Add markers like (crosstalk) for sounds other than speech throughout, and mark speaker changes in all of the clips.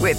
Speaker 1: With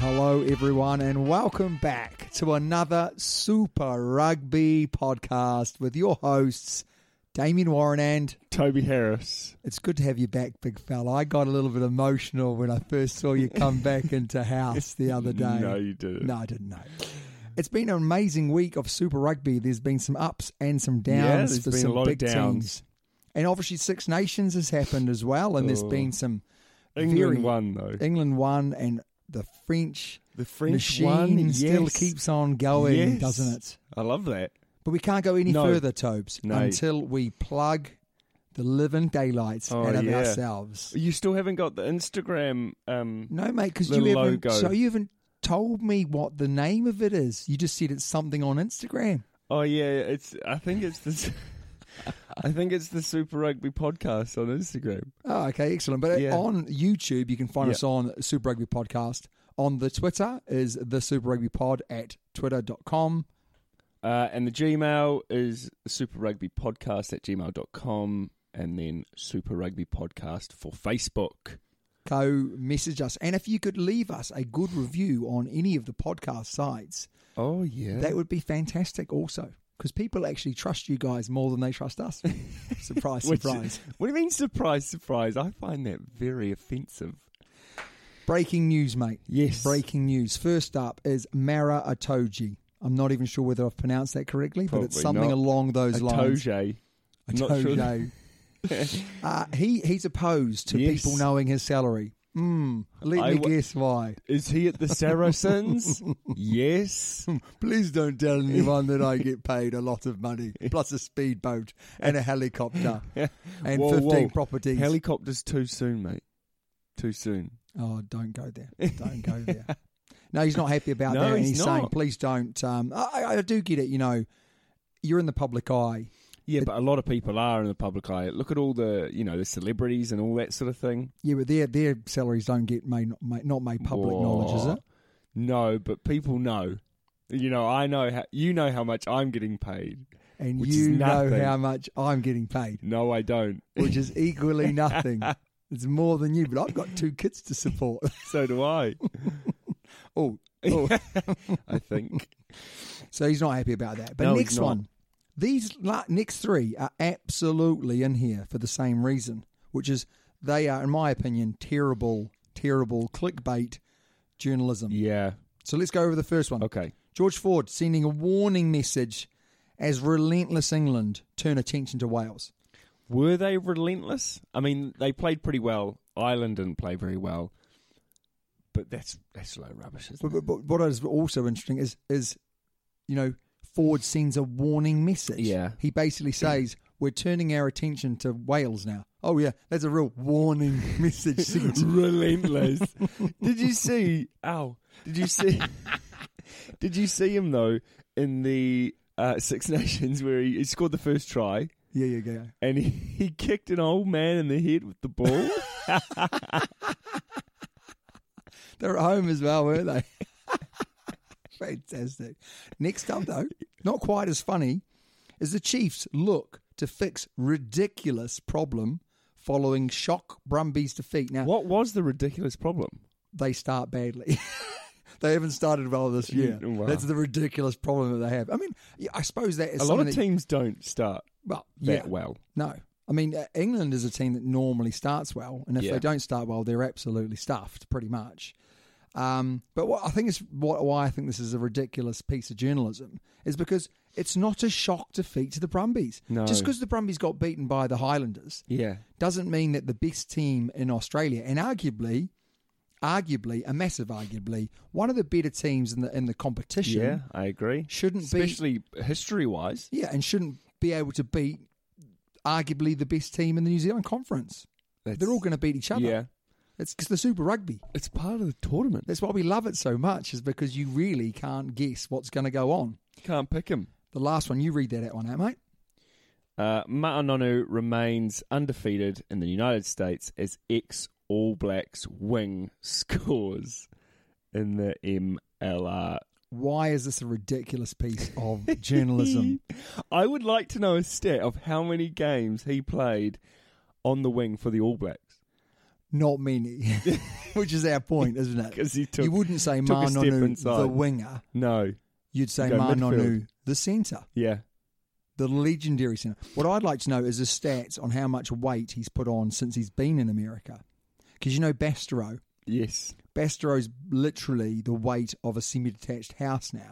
Speaker 2: Hello, everyone, and welcome back to another Super Rugby podcast with your hosts, Damien Warren and
Speaker 3: Toby Harris.
Speaker 2: it's good to have you back, big fella. I got a little bit emotional when I first saw you come back into house the other day.
Speaker 3: (laughs) No, you didn't.
Speaker 2: No, I didn't know. It's been an amazing week of Super Rugby. There's been some ups and some downs
Speaker 3: Yeah, there's
Speaker 2: for
Speaker 3: been a
Speaker 2: some
Speaker 3: lot of
Speaker 2: big teams.
Speaker 3: downs.
Speaker 2: And obviously Six Nations has happened as well, and there's
Speaker 3: Oh.
Speaker 2: been some
Speaker 3: England
Speaker 2: very-
Speaker 3: won though.
Speaker 2: England won and the French
Speaker 3: The French
Speaker 2: machine
Speaker 3: won.
Speaker 2: still
Speaker 3: yes.
Speaker 2: keeps on going,
Speaker 3: Yes.
Speaker 2: doesn't it?
Speaker 3: I love that.
Speaker 2: But we can't go any
Speaker 3: No.
Speaker 2: further, Tobes,
Speaker 3: No.
Speaker 2: until we plug the living daylights
Speaker 3: Oh,
Speaker 2: out of
Speaker 3: yeah.
Speaker 2: ourselves.
Speaker 3: You still haven't got the Instagram. Um,
Speaker 2: No, mate, because
Speaker 3: The
Speaker 2: you haven't.
Speaker 3: logo.
Speaker 2: So you haven't told me what the name of it is. You just said it's something on Instagram.
Speaker 3: Oh yeah, it's. I think it's the. (laughs) I think it's the Super Rugby podcast on Instagram.
Speaker 2: Oh, okay, excellent. But
Speaker 3: Yeah.
Speaker 2: on YouTube, you can find
Speaker 3: Yeah.
Speaker 2: us on Super Rugby Podcast. On the Twitter is the Super Rugby Pod at twitter.com.
Speaker 3: Uh, and the Gmail is Super Rugby Podcast at gmail.com and then Super Rugby Podcast for Facebook.
Speaker 2: Go message us. And if you could leave us a good review on any of the podcast sites,
Speaker 3: Oh yeah.
Speaker 2: That would be fantastic also. Because people actually trust you guys more than they trust
Speaker 3: (laughs)
Speaker 2: us. surprise,
Speaker 3: Which-
Speaker 2: surprise.
Speaker 3: (laughs) What do you mean surprise, surprise? I find that very offensive.
Speaker 2: Breaking news, mate.
Speaker 3: Yes.
Speaker 2: Breaking news. First up is Mara Atoji. I'm not even sure whether I've pronounced that correctly, but it's
Speaker 3: Probably
Speaker 2: something
Speaker 3: not.
Speaker 2: along those lines.
Speaker 3: Atoje. Not sure. (laughs)
Speaker 2: Atoje. (laughs) uh, he, he's opposed to
Speaker 3: Yes.
Speaker 2: people knowing his salary. Mm, let
Speaker 3: I
Speaker 2: me
Speaker 3: wa-
Speaker 2: guess why.
Speaker 3: Is he at the (laughs) Saracens? (laughs) yes.
Speaker 2: Please don't tell anyone that
Speaker 3: (laughs)
Speaker 2: I get paid a lot of money, plus a speedboat and a helicopter and
Speaker 3: Whoa,
Speaker 2: 15
Speaker 3: whoa.
Speaker 2: properties.
Speaker 3: Helicopters too soon, mate. Too soon.
Speaker 2: Oh, don't go there. Don't
Speaker 3: (laughs)
Speaker 2: go there. No, he's not happy about
Speaker 3: No,
Speaker 2: that. And
Speaker 3: he's
Speaker 2: he's saying,
Speaker 3: not.
Speaker 2: please don't. Um, I, I do get it. You know, you're in the public eye.
Speaker 3: Yeah, but a lot of people are in the public eye. Look at all the, you know, the celebrities and all that sort of thing.
Speaker 2: Yeah, but their their salaries don't get made made- not made public
Speaker 3: Whoa.
Speaker 2: knowledge, is it?
Speaker 3: No, but people know. You know, I know how, you know how much I'm getting paid.
Speaker 2: And
Speaker 3: Which is
Speaker 2: you know
Speaker 3: nothing.
Speaker 2: how much I'm getting paid,
Speaker 3: No, I (laughs) don't.
Speaker 2: which is
Speaker 3: (laughs)
Speaker 2: equally nothing. It's more than you, but I've got two kids to support. (laughs)
Speaker 3: so do I.
Speaker 2: oh,
Speaker 3: I think.
Speaker 2: so he's not happy about that. But
Speaker 3: No, he's
Speaker 2: next
Speaker 3: not.
Speaker 2: one, these la- next three are absolutely in here for the same reason, which is they are, in my opinion, terrible, terrible clickbait journalism.
Speaker 3: (laughs) Yeah.
Speaker 2: So let's go over the first one.
Speaker 3: Okay.
Speaker 2: George Ford sending a warning message as relentless England turn attention to Wales.
Speaker 3: Were they relentless? I mean, they played pretty well. Ireland didn't play very well. But that's that's low rubbish, isn't (laughs)
Speaker 2: But,
Speaker 3: it?
Speaker 2: but, but what is also interesting is is you know Ford sends a warning message.
Speaker 3: Yeah.
Speaker 2: he basically says we're turning our attention to Wales now. Oh yeah, that's a real warning (laughs) message. signature.
Speaker 3: relentless. did you see? (laughs) Ow! Did you see? Did you see him though in the uh, Six Nations where he, he scored the first try
Speaker 2: Yeah, yeah, yeah.
Speaker 3: and he, (laughs) he kicked an old man in the head with the ball?
Speaker 2: They're at home as well, weren't they? (laughs) Fantastic. Next up, though, not quite as funny, is the Chiefs look to fix ridiculous problem following shock Brumbies defeat. Now
Speaker 3: (laughs) what was the ridiculous problem?
Speaker 2: they start badly. (laughs) they haven't started well this year.
Speaker 3: Yeah, wow.
Speaker 2: That's the ridiculous problem that they have. I mean, yeah, I suppose that is
Speaker 3: A lot
Speaker 2: something
Speaker 3: of
Speaker 2: that-
Speaker 3: teams don't start
Speaker 2: Well, yeah,
Speaker 3: that well.
Speaker 2: no. I mean, uh, England is a team that normally starts well, and if
Speaker 3: Yeah.
Speaker 2: they don't start well, they're absolutely stuffed, pretty much. Um, but what I think is what, why I think this is a ridiculous piece of journalism is because it's not a shock defeat to the Brumbies.
Speaker 3: No.
Speaker 2: Just because the Brumbies got beaten by the Highlanders
Speaker 3: Yeah.
Speaker 2: doesn't mean that the best team in Australia and arguably, arguably a massive arguably one of the better teams in the in the competition.
Speaker 3: Yeah, I agree.
Speaker 2: Shouldn't be-
Speaker 3: especially history wise.
Speaker 2: Yeah, and shouldn't be able to beat arguably the best team in the New Zealand Conference. They're all going to beat each other.
Speaker 3: Yeah,
Speaker 2: It's 'cause the Super Rugby.
Speaker 3: it's part of the tournament.
Speaker 2: That's why we love it so much, is because you really can't guess what's going to go on.
Speaker 3: Can't pick him.
Speaker 2: The last one, you read that out one out, mate.
Speaker 3: Uh, Ma'anonu remains undefeated in the United States as ex All Blacks wing (laughs) scores in the MLR.
Speaker 2: Why is this a ridiculous piece
Speaker 3: (laughs)
Speaker 2: of journalism?
Speaker 3: I would like to know a stat of how many games he played on the wing for the All Blacks.
Speaker 2: Not many, (laughs) which is our point, isn't it?
Speaker 3: (laughs) 'Cause he took-
Speaker 2: you wouldn't say
Speaker 3: took a step
Speaker 2: Manonu
Speaker 3: inside.
Speaker 2: the winger.
Speaker 3: No.
Speaker 2: You'd say
Speaker 3: You go
Speaker 2: Manonu
Speaker 3: midfield.
Speaker 2: the centre.
Speaker 3: Yeah.
Speaker 2: the legendary center. What I'd like to know is the stats on how much weight he's put on since he's been in America. Because you know Bastereau,
Speaker 3: Yes.
Speaker 2: Bastereau's literally the weight of a semi-detached house
Speaker 3: (laughs)
Speaker 2: now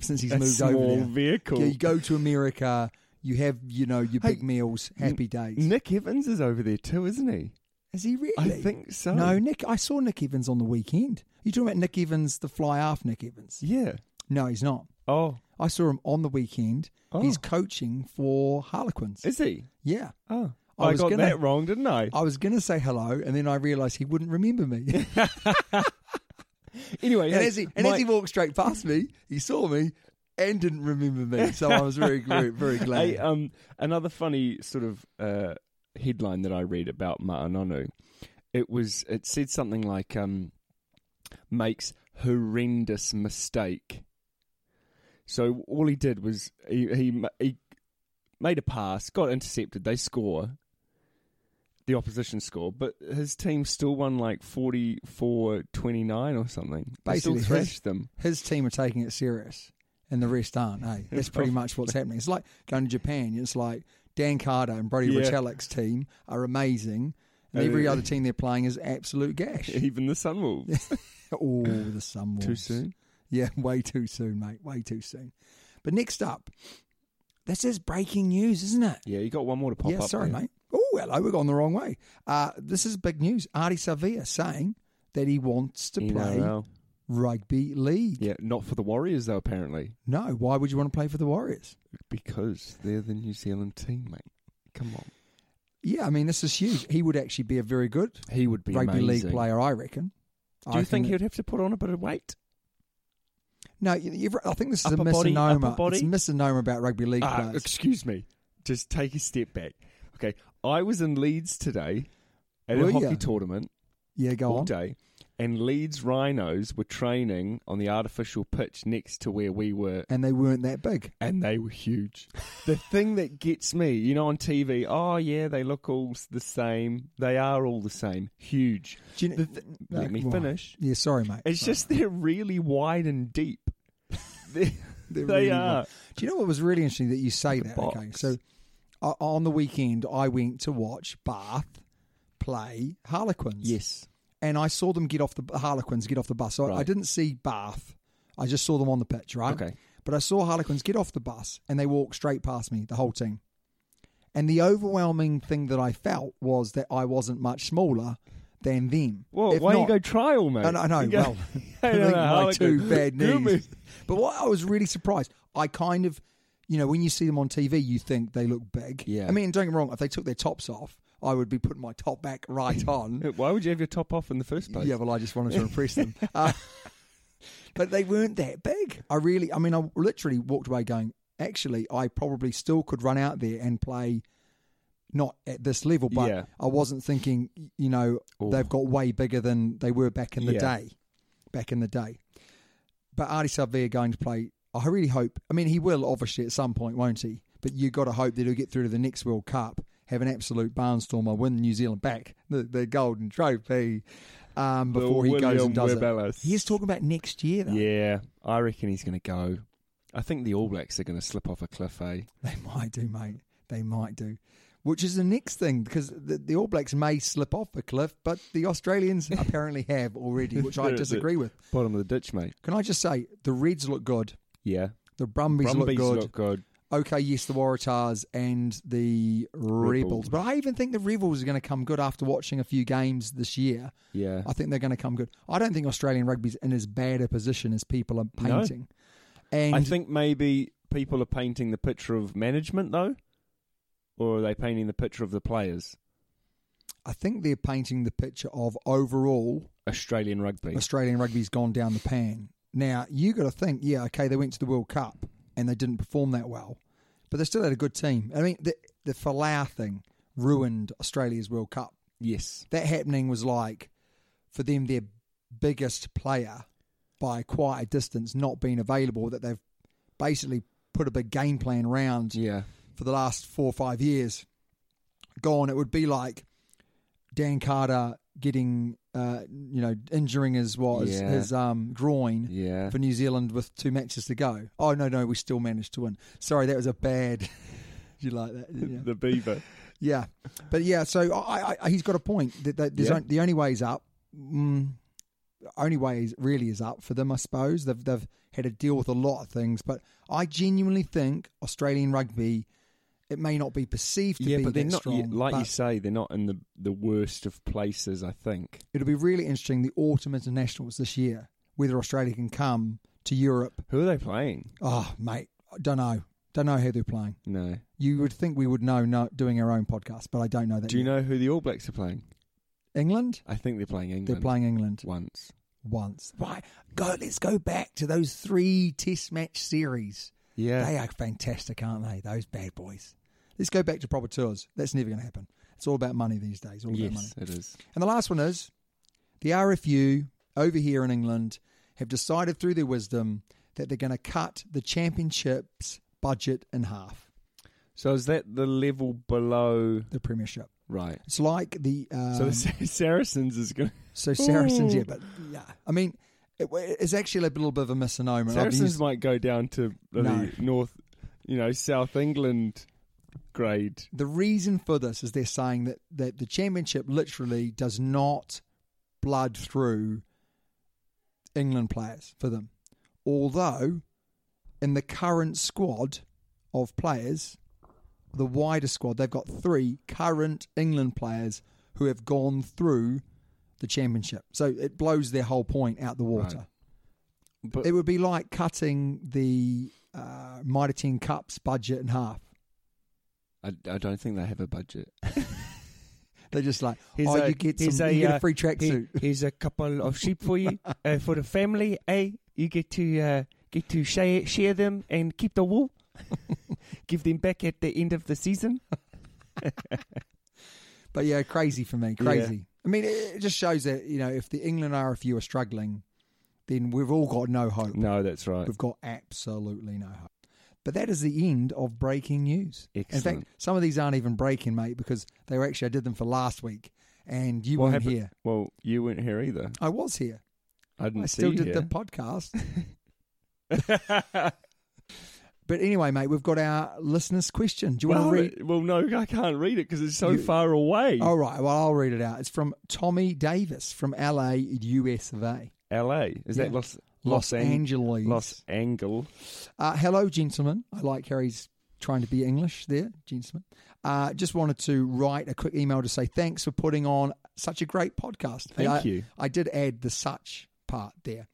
Speaker 2: since he's
Speaker 3: A
Speaker 2: moved over
Speaker 3: small
Speaker 2: there.
Speaker 3: vehicle.
Speaker 2: Yeah, you go to America, you have you know your
Speaker 3: Hey,
Speaker 2: big meals, happy days.
Speaker 3: Nick Evans is over there too, isn't he?
Speaker 2: is he really?
Speaker 3: I think so.
Speaker 2: No, Nick. I saw Nick Evans on the weekend. You talking about Nick Evans, the fly half Nick Evans?
Speaker 3: Yeah.
Speaker 2: No, he's not.
Speaker 3: Oh,
Speaker 2: I saw him on the weekend.
Speaker 3: Oh.
Speaker 2: He's coaching for Harlequins.
Speaker 3: is he?
Speaker 2: yeah.
Speaker 3: Oh,
Speaker 2: I
Speaker 3: I,
Speaker 2: was
Speaker 3: got
Speaker 2: gonna- Oh.
Speaker 3: that wrong, didn't I?
Speaker 2: I was going to say hello, and then I realised he wouldn't remember me. (laughs)
Speaker 3: Anyway,
Speaker 2: and
Speaker 3: hey,
Speaker 2: as he, and as
Speaker 3: my-
Speaker 2: he walked straight past me, he saw me and didn't remember me. So I was very,
Speaker 3: (laughs)
Speaker 2: very, very glad.
Speaker 3: Hey, um, another funny sort of uh, headline that I read about Ma'anonu, it was it said something like um, makes horrendous mistake. So all he did was he he, ma- he made a pass, got intercepted, they score. The opposition score, but his team still won like 44-29 or something. They still
Speaker 2: Basically, his-
Speaker 3: thrashed them. (laughs)
Speaker 2: His team are taking it serious, and the rest aren't. Hey, that's pretty much what's happening. It's like going to Japan. It's like Dan Carter and Brody
Speaker 3: Yeah.
Speaker 2: Retallick's team are amazing, and
Speaker 3: Uh,
Speaker 2: every other team they're playing is absolute
Speaker 3: (laughs)
Speaker 2: gash.
Speaker 3: Even the Sunwolves. (laughs)
Speaker 2: oh, the Sunwolves.
Speaker 3: Too soon.
Speaker 2: Yeah, (laughs) way too soon, mate. Way too soon. But next up, this is breaking news, isn't it?
Speaker 3: Yeah, you got one more to pop
Speaker 2: yeah,
Speaker 3: up.
Speaker 2: sorry,
Speaker 3: there.
Speaker 2: mate. Oh, hello. We've gone the wrong way. Uh, this is big news. Artie Savia saying that he wants to play
Speaker 3: NRL.
Speaker 2: rugby league.
Speaker 3: Yeah, not for the Warriors though. Apparently,
Speaker 2: No, why would you want to play for the Warriors?
Speaker 3: because they're the New Zealand team, mate. Come on,
Speaker 2: Yeah, I mean, this is huge. He would actually be a very good
Speaker 3: he would be
Speaker 2: rugby
Speaker 3: amazing.
Speaker 2: league player, I reckon.
Speaker 3: Do you think he would have to put on a bit of weight?
Speaker 2: No, you- you've- I think this is a
Speaker 3: Upper body, upper
Speaker 2: misnomer.
Speaker 3: body?
Speaker 2: It's a misnomer about rugby league
Speaker 3: Ah,
Speaker 2: players.
Speaker 3: excuse me. Just take a step back. Okay, I was in Leeds today at
Speaker 2: Were
Speaker 3: a hockey
Speaker 2: ya?
Speaker 3: tournament
Speaker 2: yeah, go
Speaker 3: all
Speaker 2: on.
Speaker 3: day, and Leeds Rhinos were training on the artificial pitch next to where we were
Speaker 2: And they weren't that big.
Speaker 3: and they were (laughs) huge. the thing that gets me, you know, on TV, oh yeah, they look all s- the same. They are all the same, huge.
Speaker 2: Do you kn-
Speaker 3: The th-
Speaker 2: no,
Speaker 3: let me
Speaker 2: why?
Speaker 3: finish.
Speaker 2: Yeah, sorry, mate.
Speaker 3: It's
Speaker 2: Sorry.
Speaker 3: just they're really wide
Speaker 2: (laughs)
Speaker 3: and deep. They,
Speaker 2: They're
Speaker 3: they
Speaker 2: really
Speaker 3: are.
Speaker 2: wide. Do you know what was really interesting that you say that? Okay,
Speaker 3: box.
Speaker 2: so uh, on the weekend I went to watch Bath play Harlequins.
Speaker 3: Yes.
Speaker 2: and I saw them get off the Harlequins get off the bus. So I- I
Speaker 3: Right.
Speaker 2: didn't see Bath. I just saw them on the pitch, right?
Speaker 3: Okay.
Speaker 2: But I saw Harlequins get off the bus and they walked straight past me, the whole team. And the overwhelming thing that I felt was that I wasn't much smaller than them.
Speaker 3: Well,
Speaker 2: If
Speaker 3: why
Speaker 2: not-
Speaker 3: you go trial, mate?
Speaker 2: I know, I know.
Speaker 3: (laughs) You go-
Speaker 2: well, I
Speaker 3: don't
Speaker 2: think
Speaker 3: know how
Speaker 2: my
Speaker 3: it
Speaker 2: two
Speaker 3: goes.
Speaker 2: bad
Speaker 3: Good
Speaker 2: knees.
Speaker 3: move.
Speaker 2: But what I was really surprised, I kind of, you know, when you see them on TV, you think they look big.
Speaker 3: Yeah.
Speaker 2: I mean, don't get me wrong. If they took their tops off, I would be putting my top back right on.
Speaker 3: Why would you have your top off in the first
Speaker 2: (laughs)
Speaker 3: place? (laughs)
Speaker 2: yeah, well, I just wanted to impress them. Uh, but they weren't that big. I really, I mean, I literally walked away going, actually, I probably still could run out there and play not at this level, but
Speaker 3: Yeah.
Speaker 2: I wasn't thinking, you know,
Speaker 3: Oof.
Speaker 2: they've got way bigger than they were back in the
Speaker 3: Yeah.
Speaker 2: day. Back in the day. But Artie Savea going to play, I really hope, I mean, he will obviously at some point, won't he? But you got to hope that he'll get through to the next World Cup, have an absolute barnstormer, win New Zealand back, the, the golden trophy, um,
Speaker 3: The
Speaker 2: before he goes
Speaker 3: William
Speaker 2: and does
Speaker 3: Webelis.
Speaker 2: it. He is talking about next year, though.
Speaker 3: Yeah, I reckon he's going to go. I think the All Blacks are going to slip off a cliff, eh?
Speaker 2: They might do, mate. They might do. Which is the next thing because the, the All Blacks may slip off a cliff, but the
Speaker 3: (laughs)
Speaker 2: Australians apparently have already, which I
Speaker 3: They're at the
Speaker 2: disagree with.
Speaker 3: Bottom of the ditch, mate.
Speaker 2: Can I just say the Reds look good,
Speaker 3: Yeah.
Speaker 2: the Brumbies, look
Speaker 3: Brumbies
Speaker 2: good.
Speaker 3: look good.
Speaker 2: Okay, yes, the Waratahs and the Rebels.
Speaker 3: Rebels.
Speaker 2: but I even think the Rebels are going to come good after watching a few games this year.
Speaker 3: Yeah.
Speaker 2: I think they're going to come good. I don't think Australian rugby's in as bad a position as people are
Speaker 3: No.
Speaker 2: painting. And
Speaker 3: I think maybe people are painting the picture of management, though. Or are they painting the picture of the players?
Speaker 2: I think they're painting the picture of overall
Speaker 3: Australian rugby.
Speaker 2: Australian rugby's gone down the pan. Now you got to think, yeah, okay, they went to the World Cup and they didn't perform that well, but they still had a good team. I mean, the the Falau thing ruined Australia's World Cup.
Speaker 3: yes.
Speaker 2: That happening was like for them their biggest player by quite a distance not being available. That they've basically put a big game plan round
Speaker 3: (laughs) Yeah.
Speaker 2: for the last four or five years gone, it would be like Dan Carter getting, uh, you know, injuring his what his-
Speaker 3: Yeah.
Speaker 2: his um, groin
Speaker 3: Yeah.
Speaker 2: for New Zealand with two matches to go. Oh no, no, we still managed to win. Sorry, that was a bad. (laughs) you like that? didn't you?
Speaker 3: the Beaver.
Speaker 2: Yeah, but yeah, so I, I, I, he's got a point. That, that there's
Speaker 3: Yeah.
Speaker 2: on, the only way is up. Mm, only way is really is up for them, I suppose. They've they've had to deal with a lot of things, but I genuinely think Australian rugby. It may not be perceived (laughs) to
Speaker 3: Yeah,
Speaker 2: be
Speaker 3: but they're
Speaker 2: that
Speaker 3: not,
Speaker 2: strong,
Speaker 3: like you
Speaker 2: but
Speaker 3: say, they're not in the, the worst of places, I think.
Speaker 2: it'll be really interesting. The autumn internationals this year, whether Australia can come to Europe.
Speaker 3: Who are they playing?
Speaker 2: Oh, mate, don't know, don't know how they're playing.
Speaker 3: No.
Speaker 2: You would think we would know, no, doing our own podcast, but I don't know that.
Speaker 3: Do you
Speaker 2: yet.
Speaker 3: know who the All Blacks are playing?
Speaker 2: England?
Speaker 3: I think they're playing England.
Speaker 2: They're playing England.
Speaker 3: once.
Speaker 2: once. Right, go. Let's go back to those three Test match series.
Speaker 3: Yeah.
Speaker 2: They are fantastic, aren't they? Those bad boys. Let's go back to proper tours. That's never going to happen. It's all about money these days. All about money.
Speaker 3: Yes, it is.
Speaker 2: And the last one is the RFU over here in England have decided through their wisdom that they're going to cut the championships budget in half.
Speaker 3: So is that the level below?
Speaker 2: The Premiership.
Speaker 3: Right.
Speaker 2: It's like the um,
Speaker 3: so the (laughs) Sa- Saracens is going.
Speaker 2: so Saracens. Yeah, but yeah, I mean, it, it's actually a little bit of a misnomer. I've used-
Speaker 3: Saracens might go down to the
Speaker 2: No.
Speaker 3: north, you know, South England grade.
Speaker 2: The reason for this is they're saying that, that the championship literally does not blood through England players for them. Although, in the current squad of players, the wider squad, they've got three current England players who have gone through the championship. So it blows their whole point out the water.
Speaker 3: But
Speaker 2: It would be like cutting the uh, Mitre 10 Cups budget in half.
Speaker 3: I, I don't think they have a budget.
Speaker 2: They're just like, oh, you get some, you
Speaker 3: uh,
Speaker 2: get a free tracksuit.
Speaker 3: Here's a couple of sheep for (laughs) you, uh, for the family. Eh? You get to uh, get to share, share them and keep the wool. (laughs) Give them back at the end of the season.
Speaker 2: (laughs) But yeah, crazy for me, crazy. I mean, it, it just shows that you know if the England RFU are struggling, then we've all got no hope.
Speaker 3: No, that's right.
Speaker 2: We've got absolutely no hope. But that is the end of breaking news. In
Speaker 3: Excellent.
Speaker 2: fact, some of these aren't even breaking, mate, because they were actually I did them for last week, and you weren't here.
Speaker 3: Well, you weren't here either.
Speaker 2: I was here.
Speaker 3: I didn't
Speaker 2: I
Speaker 3: see
Speaker 2: still
Speaker 3: you
Speaker 2: did
Speaker 3: here.
Speaker 2: the podcast.
Speaker 3: (laughs)
Speaker 2: But anyway, mate, we've got our listeners' question. Do you
Speaker 3: well,
Speaker 2: want to read?
Speaker 3: it- well, no, I can't read it because it's so
Speaker 2: You- Oh,
Speaker 3: far away.
Speaker 2: All right. Well, I'll read it out. It's from Tommy Davis from LA, US of A.
Speaker 3: L.A. Is
Speaker 2: Yeah.
Speaker 3: that Los
Speaker 2: Los
Speaker 3: Ang-
Speaker 2: Angeles.
Speaker 3: Los Angeles.
Speaker 2: Uh, hello, gentlemen. I like how he's trying to be English there, gentlemen. Uh, just wanted to write a quick email to say thanks for putting on such a great podcast.
Speaker 3: Thank
Speaker 2: I,
Speaker 3: you.
Speaker 2: I did add the such part there.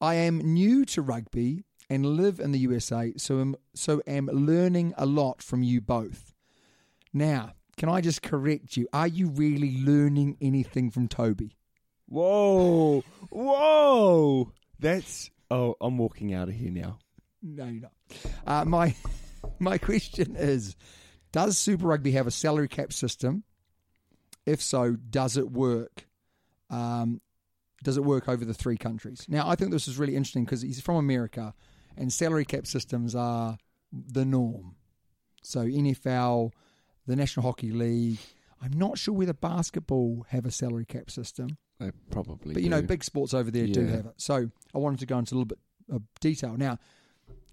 Speaker 2: I am new to rugby and live in the USA, so am, so am learning a lot from you both. Now, can I just correct you? Are you really learning anything from Toby?
Speaker 3: Whoa, whoa! That's oh, I'm walking out of here now.
Speaker 2: No, you're not. Uh, my (laughs) my question is: Does Super Rugby have a salary cap system? If so, does it work? Um, does it work over the three countries? Now, I think this is really interesting because he's from America, and salary cap systems are the norm. So NFL, the National Hockey League. I'm not sure whether basketball have a salary cap system.
Speaker 3: They probably.
Speaker 2: But you know,
Speaker 3: do.
Speaker 2: big sports over there do
Speaker 3: Yeah.
Speaker 2: have it. So I wanted to go into a little bit of detail now.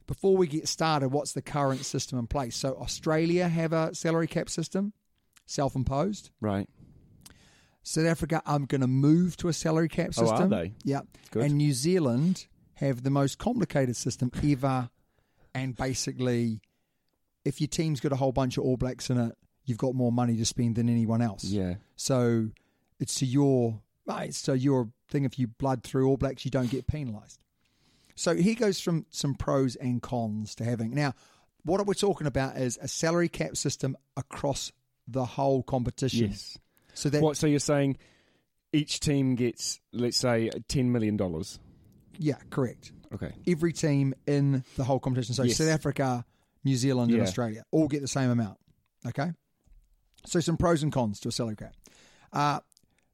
Speaker 2: Before we get started, what's the current system in place? So Australia have a salary cap system, self-imposed.
Speaker 3: right.
Speaker 2: South Africa, I'm going to move to a salary cap
Speaker 3: Oh, are
Speaker 2: system.
Speaker 3: they?
Speaker 2: Yeah.
Speaker 3: Good.
Speaker 2: And New Zealand have the most complicated system ever, and basically, if your team's got a whole bunch of All Blacks in it, you've got more money to spend than anyone else.
Speaker 3: Yeah.
Speaker 2: So it's to your right. So your thing, if you blood through All Blacks, you don't get penalised. So he goes from some pros and cons to having now. What we're talking about is a salary cap system across the whole competition.
Speaker 3: Yes.
Speaker 2: So that
Speaker 3: what? So you're saying each team gets, let's say, ten million dollars.
Speaker 2: yeah, correct.
Speaker 3: Okay.
Speaker 2: Every team in the whole competition. So
Speaker 3: Yes.
Speaker 2: South Africa, New Zealand,
Speaker 3: Yeah.
Speaker 2: and Australia all get the same amount. Okay. So some pros and cons to a salary cap. Uh,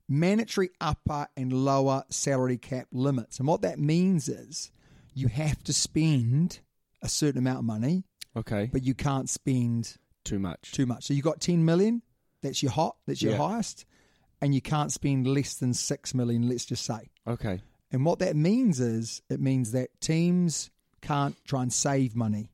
Speaker 2: mandatory upper and lower salary cap limits. And what that means is you have to spend a certain amount of money,
Speaker 3: Okay.
Speaker 2: but you can't spend
Speaker 3: Too much.
Speaker 2: too much. So you got 10 million, that's your hot, that's your
Speaker 3: Yeah.
Speaker 2: highest, and you can't spend less than 6 million, let's just say.
Speaker 3: Okay.
Speaker 2: And what that means is it means that teams can't try and save money.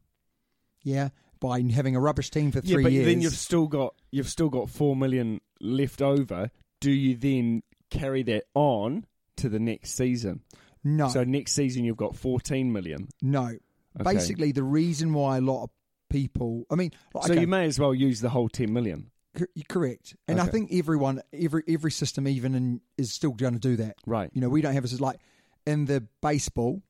Speaker 2: Yeah, by having a rubbish team for three
Speaker 3: yeah, but
Speaker 2: years.
Speaker 3: then you've still got you've still got four million left over. Do you then carry that on to the next season?
Speaker 2: no,
Speaker 3: So next season you've got fourteen million.
Speaker 2: no.
Speaker 3: Okay.
Speaker 2: Basically, the reason why a lot of people, I mean, like,
Speaker 3: So
Speaker 2: okay,
Speaker 3: you may as well use the whole ten million.
Speaker 2: cor- you're correct, and I
Speaker 3: Okay.
Speaker 2: think everyone, every every system, even in, is still going to do that.
Speaker 3: Right.
Speaker 2: You know, we don't have as like in the baseball.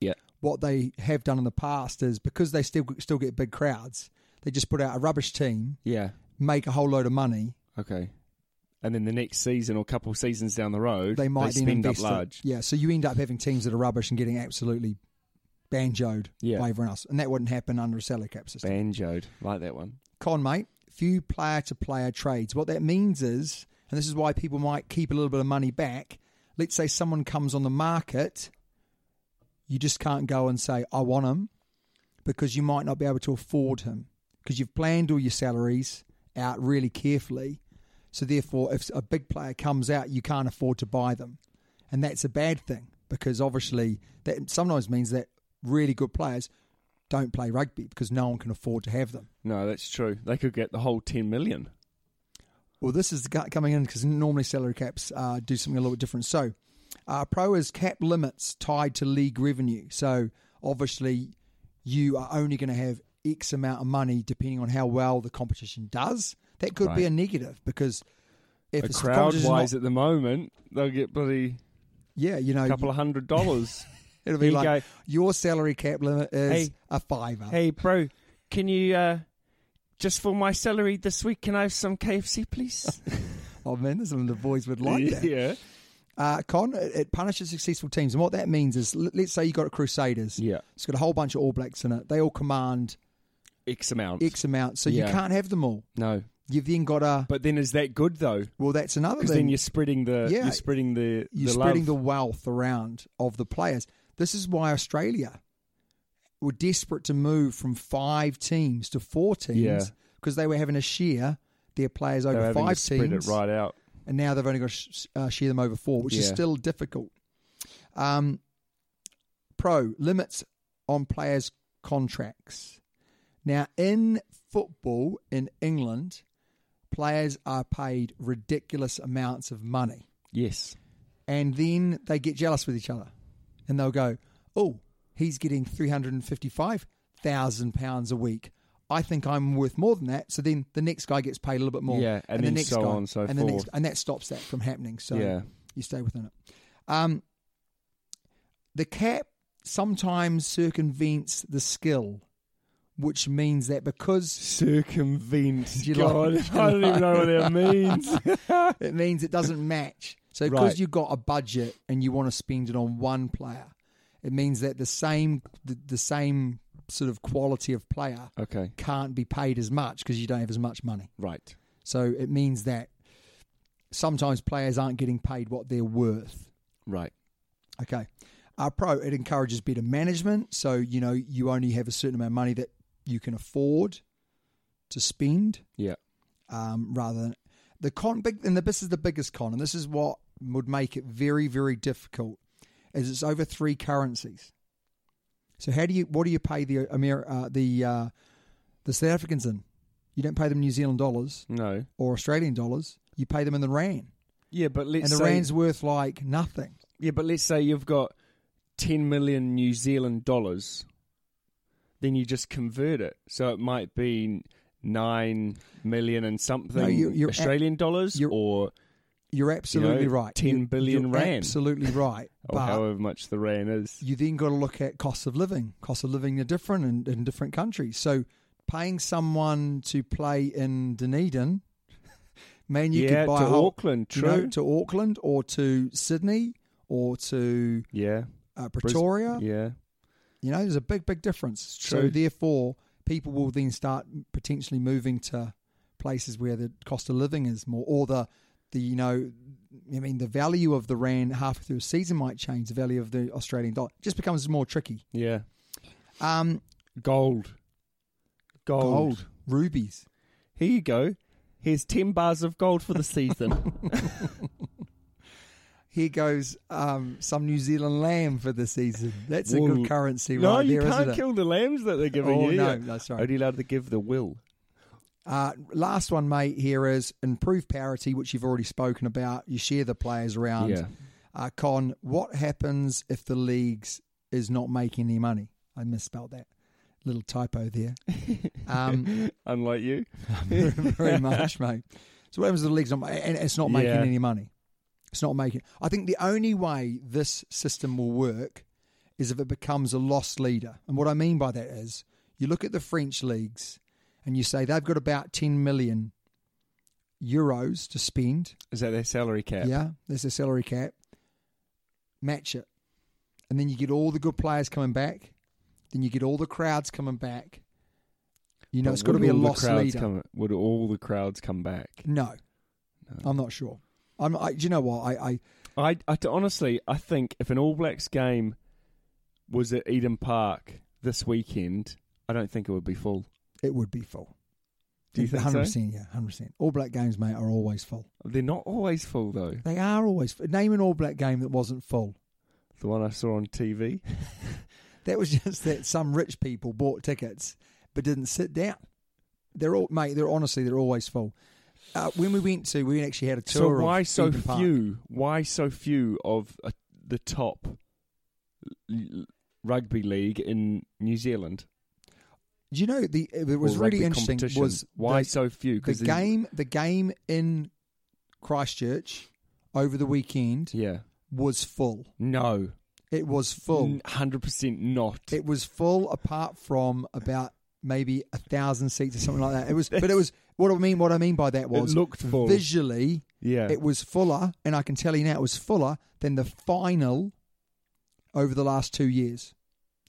Speaker 3: Yeah.
Speaker 2: What they have done in the past is because they still still get big crowds, they just put out a rubbish team,
Speaker 3: Yeah.
Speaker 2: make a whole load of money,
Speaker 3: Okay. And then the next season or couple seasons down the road,
Speaker 2: they might then
Speaker 3: spend
Speaker 2: invest
Speaker 3: up
Speaker 2: it.
Speaker 3: large.
Speaker 2: Yeah, so you end up having teams that are rubbish and getting absolutely banjoed
Speaker 3: Yeah.
Speaker 2: by everyone else, and that wouldn't happen under a salary cap system.
Speaker 3: Banjoed, like that one.
Speaker 2: Con mate, few player to player trades. What that means is, and this is why people might keep a little bit of money back. Let's say someone comes on the market, you just can't go and say I want him because you might not be able to afford him because you've planned all your salaries out really carefully. So therefore, if a big player comes out, you can't afford to buy them, and that's a bad thing because obviously that sometimes means that really good players don't play rugby because no one can afford to have them.
Speaker 3: No, that's true. They could get the whole ten million.
Speaker 2: Well, this is gu- coming in because normally salary caps uh, do something a little bit different. So, uh, pro is cap limits tied to league revenue. So, obviously, you are only going to have X amount of money depending on how well the competition does. That could be
Speaker 3: Right.
Speaker 2: a negative because if
Speaker 3: A
Speaker 2: it's- the
Speaker 3: crowd
Speaker 2: competition's not-
Speaker 3: wise at the moment, they'll get bloody
Speaker 2: yeah, you know,
Speaker 3: couple of
Speaker 2: (laughs)
Speaker 3: hundred dollars.
Speaker 2: it'll be
Speaker 3: Here you
Speaker 2: like
Speaker 3: go.
Speaker 2: your salary cap limit is
Speaker 3: Hey.
Speaker 2: a fiver.
Speaker 3: Hey, bro, can you uh, just for my salary this week? Can I have some KFC, (laughs) please?
Speaker 2: Oh man, this is one of the boys would like that.
Speaker 3: (laughs) yeah,
Speaker 2: Uh, con, it, it punishes successful teams. And what that means is, l- let's say you got a Crusaders.
Speaker 3: Yeah.
Speaker 2: It's got a whole bunch of All Blacks in it. They all command
Speaker 3: X amount.
Speaker 2: X amount, so
Speaker 3: Yeah.
Speaker 2: you can't have them all.
Speaker 3: no,
Speaker 2: You've then got a,
Speaker 3: but then is that good though?
Speaker 2: well, that's another
Speaker 3: Because
Speaker 2: thing.
Speaker 3: then you're spreading the
Speaker 2: Yeah.
Speaker 3: you're spreading the
Speaker 2: You're
Speaker 3: the
Speaker 2: spreading the
Speaker 3: love.
Speaker 2: wealth around of the players. This is why Australia were desperate to move from five teams to four
Speaker 3: Yeah.
Speaker 2: teams because they were having to share their players
Speaker 3: They're
Speaker 2: over
Speaker 3: having to
Speaker 2: five
Speaker 3: spread
Speaker 2: teams.
Speaker 3: it right out.
Speaker 2: and now they've only got to sh- uh, share them over four, which is
Speaker 3: Yeah.
Speaker 2: still difficult. Um, pro limits on players' contracts. Now, in football in England, players are paid ridiculous amounts of money,
Speaker 3: Yes.
Speaker 2: and then they get jealous with each other, and they'll go, "Oh, he's getting three hundred and fifty-five thousand pounds a week." I think I'm worth more than that. So then the next guy gets paid a little bit more.
Speaker 3: Yeah, and
Speaker 2: the
Speaker 3: then
Speaker 2: next
Speaker 3: so
Speaker 2: guy,
Speaker 3: on, so
Speaker 2: and the next,
Speaker 3: forth.
Speaker 2: and that stops that from happening. So
Speaker 3: Yeah.
Speaker 2: you stay within it. Um, the cap sometimes circumvents the skill, which means that because
Speaker 3: Circumvent.
Speaker 2: Do you (laughs)
Speaker 3: God,
Speaker 2: like-
Speaker 3: (laughs) I don't even know what that means.
Speaker 2: (laughs) it means it doesn't match. So because
Speaker 3: Right.
Speaker 2: you've got a budget and you want to spend it on one player, It means that the same the, the same sort of quality of player
Speaker 3: Okay.
Speaker 2: can't be paid as much because you don't have as much money.
Speaker 3: Right.
Speaker 2: So it means that sometimes players aren't getting paid what they're worth.
Speaker 3: Right.
Speaker 2: Okay. Our pro, it encourages better management. So, you know, you only have a certain amount of money that you can afford to spend
Speaker 3: Yeah.
Speaker 2: um, rather than the con. Big, and the, this is the biggest con, and this is what would make it very, very difficult, is it's over three currencies. So, how do you, what do you pay the Amer, uh, the, uh, the South Africans in? You don't pay them New Zealand dollars
Speaker 3: No.
Speaker 2: or Australian dollars, you pay them in the Rand.
Speaker 3: Yeah, but let's
Speaker 2: And the
Speaker 3: say
Speaker 2: Rand's worth like nothing.
Speaker 3: yeah, but let's say you've got ten million New Zealand dollars, then you just convert it. So it might be nine million and something
Speaker 2: No, you- you're a-
Speaker 3: Australian dollars,
Speaker 2: you're-
Speaker 3: or
Speaker 2: You're absolutely right.
Speaker 3: 10
Speaker 2: You-
Speaker 3: billion
Speaker 2: you're
Speaker 3: rand. Oh,
Speaker 2: Absolutely
Speaker 3: (laughs)
Speaker 2: right.
Speaker 3: or
Speaker 2: but
Speaker 3: however much the rand is.
Speaker 2: you then got to look at cost of living. Cost of living are different in, in different countries. So paying someone to play in Dunedin, (laughs) man, you
Speaker 3: Yeah,
Speaker 2: could buy
Speaker 3: to
Speaker 2: a whole,
Speaker 3: Auckland,
Speaker 2: you know,
Speaker 3: true.
Speaker 2: to Auckland or to Sydney or to
Speaker 3: yeah,
Speaker 2: uh,
Speaker 3: Bris-
Speaker 2: Pretoria.
Speaker 3: Yeah,
Speaker 2: You know, there's a big, big difference. So
Speaker 3: True.
Speaker 2: therefore, people will then start potentially moving to places where the cost of living is more, or the, the you know, I mean, the value of the rand half through a season might change. The value of the Australian dollar It just becomes more tricky.
Speaker 3: yeah.
Speaker 2: Um,
Speaker 3: Gold. gold,
Speaker 2: gold, rubies.
Speaker 3: Here you go. Here's ten bars of gold for
Speaker 2: (laughs)
Speaker 3: the season.
Speaker 2: Here goes um, some New Zealand lamb for the season. That's a
Speaker 3: Wool.
Speaker 2: good currency,
Speaker 3: no,
Speaker 2: right
Speaker 3: you
Speaker 2: there,
Speaker 3: can't
Speaker 2: not
Speaker 3: kill the lambs that they're giving
Speaker 2: Oh,
Speaker 3: you.
Speaker 2: no, no, sorry.
Speaker 3: Only allowed to give the will.
Speaker 2: Uh, last one, mate, here is improve parity, which you've already spoken about. You share the players around.
Speaker 3: Yeah.
Speaker 2: Uh, Con, what happens if the leagues is not making any money? I misspelled that. Little typo
Speaker 3: (laughs)
Speaker 2: there. Um,
Speaker 3: Unlike you.
Speaker 2: (laughs)
Speaker 3: (laughs)
Speaker 2: very much, mate. So what happens if the league's not ma- and it's not making
Speaker 3: Yeah.
Speaker 2: any money? It's not making. I think the only way this system will work is if it becomes a lost leader. And what I mean by that is you look at the French leagues and you say they've got about 10 million euros to spend.
Speaker 3: Is that their salary cap?
Speaker 2: Yeah, there's a salary cap. Match it. And then you get all the good players coming back. Then you get all the crowds coming back. You know,
Speaker 3: But
Speaker 2: it's got to
Speaker 3: would
Speaker 2: be a
Speaker 3: all the
Speaker 2: lost
Speaker 3: crowds
Speaker 2: leader. Mm.
Speaker 3: come- would all the crowds come back?
Speaker 2: No, I'm not sure. I'm. I, do you know what? I, I
Speaker 3: I, I t- honestly, I think if an All Blacks game was at Eden Park this weekend, I don't think it would be full.
Speaker 2: it would be full.
Speaker 3: Do you think so?
Speaker 2: 100%, Yeah, hundred percent. All black games, mate, are always full.
Speaker 3: They're not always full though.
Speaker 2: They are always. Full. Name an all black game that wasn't full.
Speaker 3: The one I saw on TV.
Speaker 2: That was (laughs) just that some rich people bought tickets but didn't sit down. They're all, mate. They're honestly, they're always full. Uh, when we went to, we actually had a
Speaker 3: So
Speaker 2: tour.
Speaker 3: why
Speaker 2: of
Speaker 3: so
Speaker 2: Eden Park.
Speaker 3: few? Why so few of uh, the top l- rugby league in New Zealand?
Speaker 2: Do you know the? It was
Speaker 3: Or
Speaker 2: really
Speaker 3: rugby
Speaker 2: interesting.
Speaker 3: competition?
Speaker 2: Was
Speaker 3: why
Speaker 2: the,
Speaker 3: so few?
Speaker 2: the
Speaker 3: there's-
Speaker 2: game? The game in Christchurch over the weekend
Speaker 3: Yeah.
Speaker 2: was full.
Speaker 3: No.
Speaker 2: It was full.
Speaker 3: Hundred percent not.
Speaker 2: It was full apart from about maybe a thousand seats or something like that. It was, but it was what I mean. What I mean by that was
Speaker 3: looked full.
Speaker 2: visually.
Speaker 3: yeah.
Speaker 2: It was fuller, and I can tell you now, it was fuller than the final over the last two years,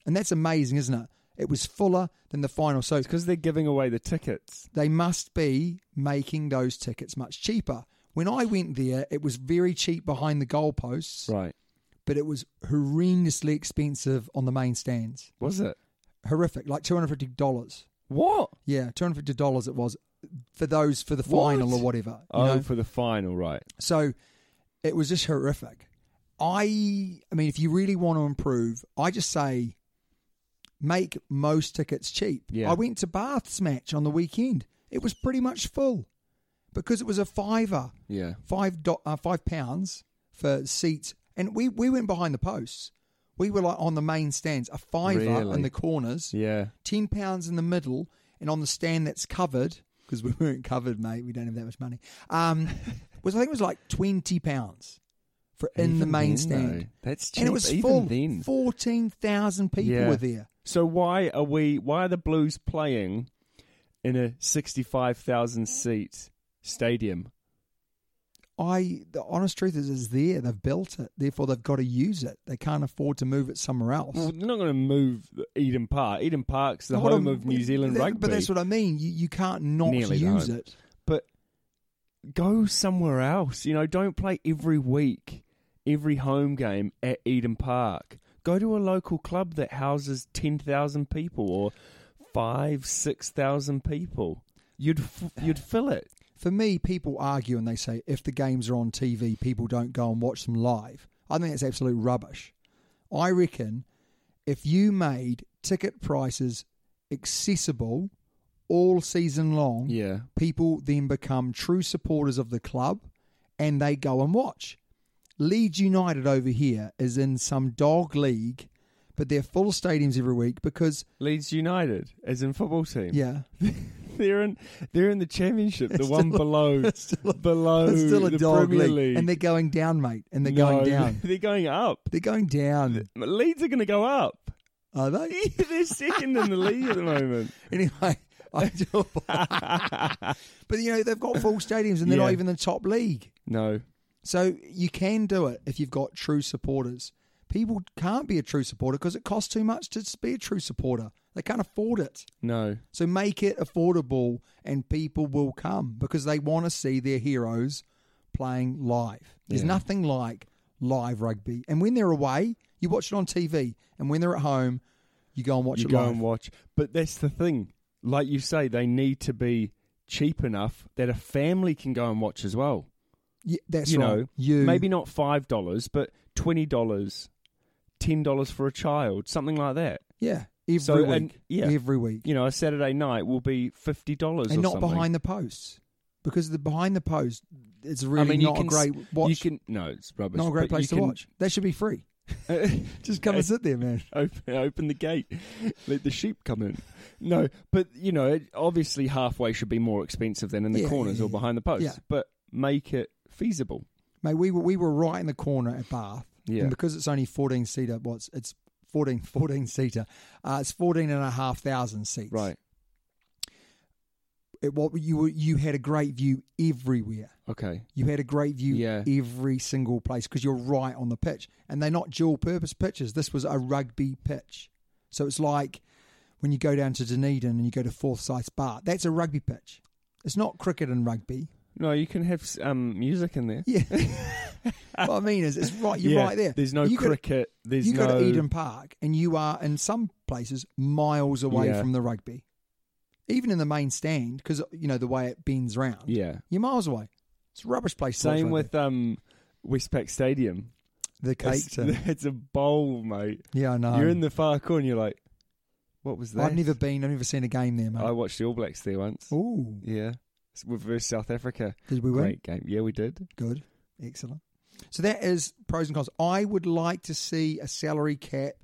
Speaker 2: and that's amazing, isn't it? It was fuller than the final, so
Speaker 3: It's because they're giving away the tickets.
Speaker 2: they must be making those tickets much cheaper. When I went there, it was very cheap behind the goalposts,
Speaker 3: Right.
Speaker 2: but it was horrendously expensive on the main stands.
Speaker 3: Was it?
Speaker 2: Horrific, like two hundred fifty dollars.
Speaker 3: What?
Speaker 2: Yeah, two hundred fifty dollars it was for those for the final
Speaker 3: What?
Speaker 2: or whatever. you
Speaker 3: Oh,
Speaker 2: know?
Speaker 3: for the final, right?
Speaker 2: so it was just horrific. I, I mean, if you really want to improve, I just say make most tickets cheap.
Speaker 3: Yeah.
Speaker 2: I went to Bath's match on the weekend. It was pretty much full because it was a fiver,
Speaker 3: Yeah.
Speaker 2: five do, uh, five pounds for seats, and we we went behind the posts. We were like on the main stands, a fiver
Speaker 3: Really?
Speaker 2: in the corners
Speaker 3: Yeah.
Speaker 2: ten pounds in the middle, and on the stand that's covered because we (laughs) weren't covered, mate. We don't have that much money.
Speaker 3: (laughs)
Speaker 2: Um, was I think it was like twenty pounds for in the
Speaker 3: Even
Speaker 2: main
Speaker 3: then,
Speaker 2: stand,
Speaker 3: though, that's cheap.
Speaker 2: and it was
Speaker 3: even
Speaker 2: full.
Speaker 3: then.
Speaker 2: Fourteen thousand people
Speaker 3: Yeah.
Speaker 2: were there.
Speaker 3: So why are we? Why are the Blues playing in a sixty-five thousand seat stadium?
Speaker 2: I the honest truth is, is there. They've built it, therefore they've got to use it. They can't afford to move it somewhere else.
Speaker 3: Well, they're not going to move Eden Park. Eden Park's the
Speaker 2: What
Speaker 3: home
Speaker 2: I'm-
Speaker 3: of New Zealand
Speaker 2: that-
Speaker 3: rugby.
Speaker 2: But that's what I mean. You, you can't not
Speaker 3: Nearly the
Speaker 2: use
Speaker 3: home.
Speaker 2: it.
Speaker 3: But go somewhere else. You know, don't play every week, every home game at Eden Park. Go to a local club that houses ten thousand people or five, six thousand people. You'd f- you'd fill it.
Speaker 2: For me, people argue and they say if the games are on TV, people don't go and watch them live. I think that's absolute rubbish. I reckon if you made ticket prices accessible all season long,
Speaker 3: Yeah.
Speaker 2: people then become true supporters of the club and they go and watch. Leeds United over here is in some dog league, but they're full stadiums every week because,
Speaker 3: Leeds United, as in football team.
Speaker 2: yeah,
Speaker 3: (laughs) They're in they're in the championship, the one below below
Speaker 2: it's still a
Speaker 3: the
Speaker 2: dog
Speaker 3: Premier
Speaker 2: league. And they're going down, mate. And they're
Speaker 3: No,
Speaker 2: going down.
Speaker 3: (laughs) They're going up.
Speaker 2: They're going
Speaker 3: (laughs)
Speaker 2: down.
Speaker 3: Leeds are going to go up.
Speaker 2: Are
Speaker 3: (laughs)
Speaker 2: they? (laughs)
Speaker 3: they're second in the league at the moment.
Speaker 2: anyway,
Speaker 3: (laughs)
Speaker 2: I do. apologise. but you know they've got full stadiums and they're
Speaker 3: Yeah.
Speaker 2: not even the top league.
Speaker 3: No,
Speaker 2: So you can do it if you've got true supporters. People can't be a true supporter because it costs too much to be a true supporter. They can't afford it.
Speaker 3: no.
Speaker 2: So make it affordable and people will come because they want to see their heroes playing live. There's
Speaker 3: Yeah.
Speaker 2: nothing like live rugby. And when they're away, you watch it on TV. And when they're at home, you go and watch
Speaker 3: you
Speaker 2: it
Speaker 3: go
Speaker 2: live.
Speaker 3: and watch. But that's the thing. Like you say, they need to be cheap enough that a family can go and watch as well.
Speaker 2: Yeah, that's
Speaker 3: you
Speaker 2: right.
Speaker 3: know,
Speaker 2: you
Speaker 3: maybe not five dollars, but twenty dollars, ten dollars for a child, something like that.
Speaker 2: yeah every
Speaker 3: So,
Speaker 2: week.
Speaker 3: and- yeah.
Speaker 2: every week.
Speaker 3: You know, a Saturday night will be fifty dollars,
Speaker 2: and
Speaker 3: or
Speaker 2: not
Speaker 3: something.
Speaker 2: behind the posts because the behind the post it's really
Speaker 3: I mean,
Speaker 2: not
Speaker 3: you can
Speaker 2: a great
Speaker 3: s-
Speaker 2: watch.
Speaker 3: You can no, it's rubbish.
Speaker 2: not a great
Speaker 3: but you
Speaker 2: place to
Speaker 3: can- (laughs)
Speaker 2: watch. That should be free. Just come and sit there, man.
Speaker 3: open, (laughs) open the gate, let the sheep come in. No, but you know, it, obviously halfway should be more expensive than in the
Speaker 2: Yeah,
Speaker 3: corners
Speaker 2: yeah,
Speaker 3: or
Speaker 2: yeah.
Speaker 3: behind the posts.
Speaker 2: Yeah.
Speaker 3: But make it feasible.
Speaker 2: Mate, we were we were right in the corner at Bath.
Speaker 3: Yeah.
Speaker 2: And because it's only 14 seater, what's it's (laughs) 14 14 seater. Uh, it's 14 and a half thousand seats.
Speaker 3: Right.
Speaker 2: It, what you were, you had a great view everywhere.
Speaker 3: Okay.
Speaker 2: You had a great view
Speaker 3: Yeah.
Speaker 2: every single place because you're right on the pitch. And they're not dual purpose pitches. This was a rugby pitch. So it's like when you go down to Dunedin and you go to Forsyth Bar, that's a rugby pitch. It's not cricket and rugby.
Speaker 3: No, you can have s- um, music in there.
Speaker 2: Yeah. (laughs) what I mean is, it's right. You're
Speaker 3: Yeah,
Speaker 2: right there.
Speaker 3: There's no
Speaker 2: You go to-
Speaker 3: cricket. there's
Speaker 2: you
Speaker 3: no.
Speaker 2: go to Eden Park and you are in some places miles away
Speaker 3: Yeah.
Speaker 2: from the rugby, even in the main stand because you know the way it bends round.
Speaker 3: Yeah.
Speaker 2: you're miles away. It's a rubbish place. to watch
Speaker 3: Same
Speaker 2: rugby.
Speaker 3: with um, Westpac Stadium.
Speaker 2: the cake.
Speaker 3: It's,
Speaker 2: to-
Speaker 3: (laughs) it's a bowl, mate.
Speaker 2: yeah, I know.
Speaker 3: You're in the far corner. You're like, what was that?
Speaker 2: I've never been. I've never seen a game there, mate.
Speaker 3: I watched the All Blacks there once.
Speaker 2: Ooh,
Speaker 3: Yeah, S- with- versus South Africa.
Speaker 2: did we win?
Speaker 3: Great game. Yeah, we did.
Speaker 2: Good, excellent. So that is pros and cons. I would like to see a salary cap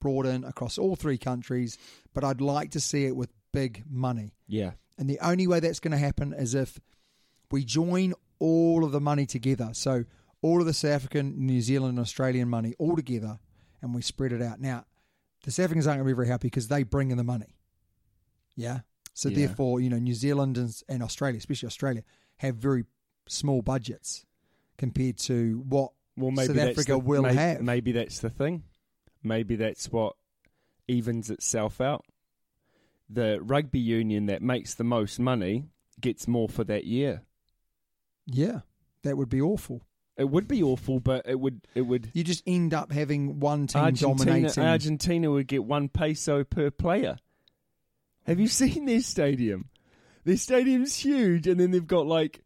Speaker 2: brought in across all three countries, but I'd like to see it with big money.
Speaker 3: Yeah.
Speaker 2: And the only way that's going to happen is if we join all of the money together. So all of the South African, New Zealand, and Australian money all together and we spread it out. Now, the South Africans aren't going to be very happy because they bring in the money. Yeah. So
Speaker 3: Yeah.
Speaker 2: therefore, you know, New Zealand and, and Australia, especially Australia, have very small budgets compared to what
Speaker 3: Well, maybe
Speaker 2: South
Speaker 3: that's
Speaker 2: Africa
Speaker 3: the,
Speaker 2: will
Speaker 3: may-
Speaker 2: have.
Speaker 3: Maybe that's the thing. Maybe that's what evens itself out. The rugby union that makes the most money gets more for that year.
Speaker 2: Yeah. That would be awful.
Speaker 3: It would be awful, but it would it would
Speaker 2: You just end up having one team
Speaker 3: Argentina
Speaker 2: dominating.
Speaker 3: Argentina would get one peso per player. Have you (laughs) seen their stadium? Their stadium's huge, and then they've got like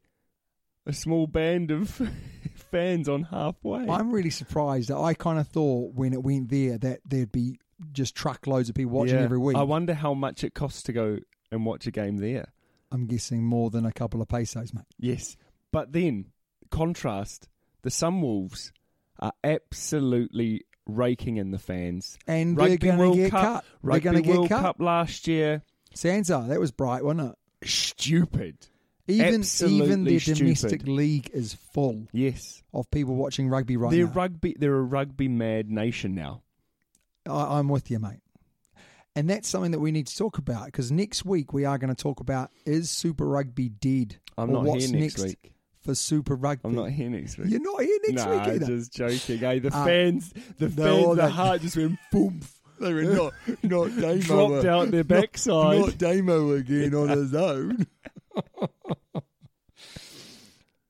Speaker 3: a small band of (laughs) fans on halfway.
Speaker 2: I'm really surprised. I kind of thought when it went there that there'd be just truckloads of people watching
Speaker 3: Yeah.
Speaker 2: every week.
Speaker 3: I wonder how much it costs to go and watch a game there.
Speaker 2: I'm guessing more than a couple of pesos, mate.
Speaker 3: Yes. But then, contrast, the Sunwolves are absolutely raking in the fans.
Speaker 2: And they're gonna get cut. They're
Speaker 3: Rugby
Speaker 2: gonna get
Speaker 3: World
Speaker 2: cut.
Speaker 3: Cup last year.
Speaker 2: Sansa, that was bright, wasn't it?
Speaker 3: Stupid.
Speaker 2: Even
Speaker 3: Absolutely
Speaker 2: even their
Speaker 3: stupid.
Speaker 2: domestic league is full
Speaker 3: Yes.
Speaker 2: of people watching rugby right
Speaker 3: they're
Speaker 2: now.
Speaker 3: rugby they're a rugby mad nation now.
Speaker 2: I, I'm with you, mate. And that's something that we need to talk about because next week we are going to talk about is Super Rugby dead?
Speaker 3: I'm
Speaker 2: Or
Speaker 3: not
Speaker 2: what's
Speaker 3: here next week.
Speaker 2: for Super Rugby.
Speaker 3: I'm not here next week.
Speaker 2: You're not here next
Speaker 3: nah,
Speaker 2: week either.
Speaker 3: just joking. Hey, the
Speaker 2: Uh,
Speaker 3: fans, the
Speaker 2: no,
Speaker 3: fans, the
Speaker 2: they-
Speaker 3: heart just went boom.
Speaker 2: (laughs) They were not not Damo
Speaker 3: (laughs) Dropped
Speaker 2: were-
Speaker 3: out their backside.
Speaker 2: Not, not Damo again on
Speaker 3: (laughs)
Speaker 2: his own.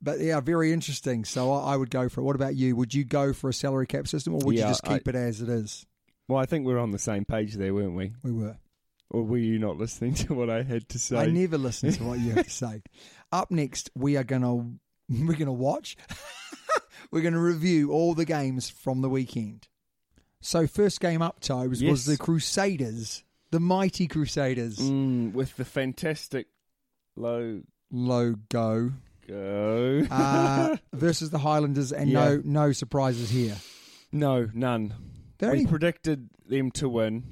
Speaker 2: but yeah, very interesting. So I, I would go for it. What about you? Would you go for a salary cap system, or would
Speaker 3: Yeah,
Speaker 2: you just
Speaker 3: I-
Speaker 2: keep it as it is?
Speaker 3: Well, I think we were on the same page there, weren't we?
Speaker 2: We were.
Speaker 3: Or were you not listening (laughs) to what I had to say?
Speaker 2: I never listen to what you
Speaker 3: (laughs)
Speaker 2: have to say. Up next, we are gonna we're gonna watch. (laughs) we're gonna review all the games from the weekend. So first game up, Tobes, was
Speaker 3: Yes.
Speaker 2: the Crusaders, the mighty Crusaders
Speaker 3: Mm, with the fantastic low
Speaker 2: logo
Speaker 3: go.
Speaker 2: uh, (laughs) versus the Highlanders, and
Speaker 3: Yeah.
Speaker 2: no no surprises here.
Speaker 3: no, none.
Speaker 2: The only,
Speaker 3: We predicted them to win.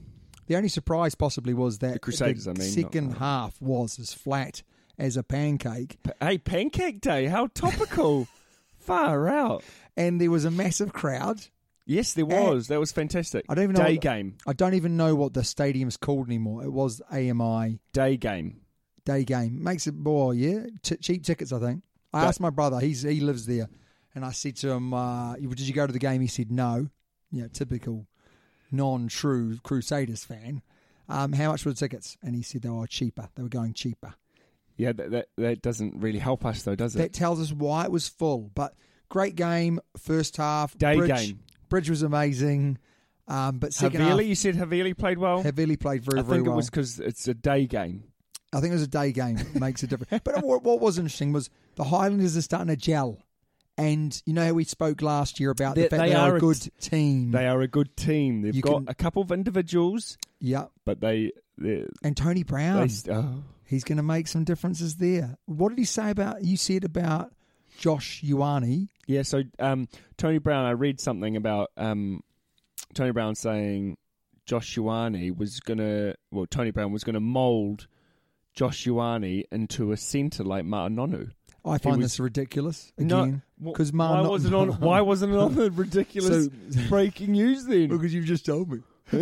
Speaker 2: the only surprise possibly was that
Speaker 3: The Crusaders,
Speaker 2: the
Speaker 3: I mean, not
Speaker 2: second
Speaker 3: the-
Speaker 2: half was as flat as a pancake,
Speaker 3: Pa- hey, Pancake Day! How
Speaker 2: (laughs)
Speaker 3: topical! Far out.
Speaker 2: and there was a massive crowd.
Speaker 3: Yes, there was. that was fantastic.
Speaker 2: I don't even know
Speaker 3: day
Speaker 2: what-
Speaker 3: game.
Speaker 2: I don't even know what the stadium's called anymore. It was AMI
Speaker 3: Day game.
Speaker 2: day game. Makes it more, yeah. T- cheap tickets, I think. I
Speaker 3: That-
Speaker 2: asked my brother. He's he lives there, and I said to him, uh, "Did you go to the game?" He said, "No." Yeah, typical non-true Crusaders fan. Um, how much were the tickets? And he said they were cheaper. They were going cheaper.
Speaker 3: Yeah, that, that that doesn't really help us though, does
Speaker 2: That
Speaker 3: it?
Speaker 2: tells us why it was full. But great game, first half.
Speaker 3: Day
Speaker 2: Bridge,
Speaker 3: game.
Speaker 2: Bridge was amazing, um, but second
Speaker 3: Havili, you said Havili played well.
Speaker 2: half, Havili played very,
Speaker 3: I
Speaker 2: very
Speaker 3: think
Speaker 2: well.
Speaker 3: it was because it's a day game.
Speaker 2: I think it was a day game makes a difference. But what, what was interesting was the Highlanders are starting to gel, and you know how we spoke last year about the
Speaker 3: They-
Speaker 2: fact
Speaker 3: they
Speaker 2: they, are,
Speaker 3: are
Speaker 2: a
Speaker 3: a
Speaker 2: good
Speaker 3: t-
Speaker 2: team.
Speaker 3: They are a good team. They've
Speaker 2: Hmm. You
Speaker 3: got
Speaker 2: can-
Speaker 3: a couple of individuals,
Speaker 2: yeah,
Speaker 3: but they they,
Speaker 2: and Tony
Speaker 3: they
Speaker 2: Brown,
Speaker 3: st- oh,
Speaker 2: he's going to make some differences there. What did he say about you said about Josh Ioane?
Speaker 3: yeah. So um, Tony Brown, I read something about um, Tony Brown saying Josh Ioane was gonna well, Tony Brown was gonna mould Josh Ioane into a centre like Matanonu.
Speaker 2: I find
Speaker 3: was-
Speaker 2: this ridiculous
Speaker 3: No,
Speaker 2: again
Speaker 3: wh-
Speaker 2: because
Speaker 3: why wasn't on
Speaker 2: (laughs)
Speaker 3: why wasn't it on the ridiculous
Speaker 2: So-
Speaker 3: breaking news then?
Speaker 2: because you've just told me (laughs)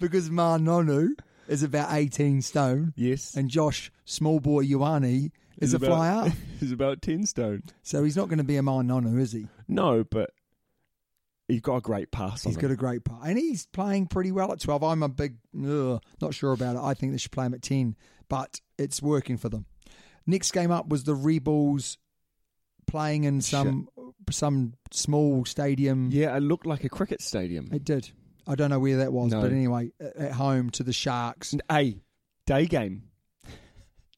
Speaker 2: because Ma Nonu is about eighteen stone
Speaker 3: Yes,
Speaker 2: and Josh Small Boy Ioane is
Speaker 3: It's
Speaker 2: a
Speaker 3: about-
Speaker 2: fly
Speaker 3: (laughs)
Speaker 2: up.
Speaker 3: It's about ten stone.
Speaker 2: So he's not going to be a man nonu, is he?
Speaker 3: No, but he's got a great pass.
Speaker 2: He's
Speaker 3: on
Speaker 2: got
Speaker 3: it.
Speaker 2: a great part, and he's playing pretty well at twelve. I'm a big ugh, not sure about it. I think they should play him at ten, but it's working for them. Next game up was the Rebels playing in some some small stadium.
Speaker 3: yeah, it looked like a cricket stadium.
Speaker 2: it did. I don't know where that was,
Speaker 3: No.
Speaker 2: but anyway, a- at home to the Sharks.
Speaker 3: A day game.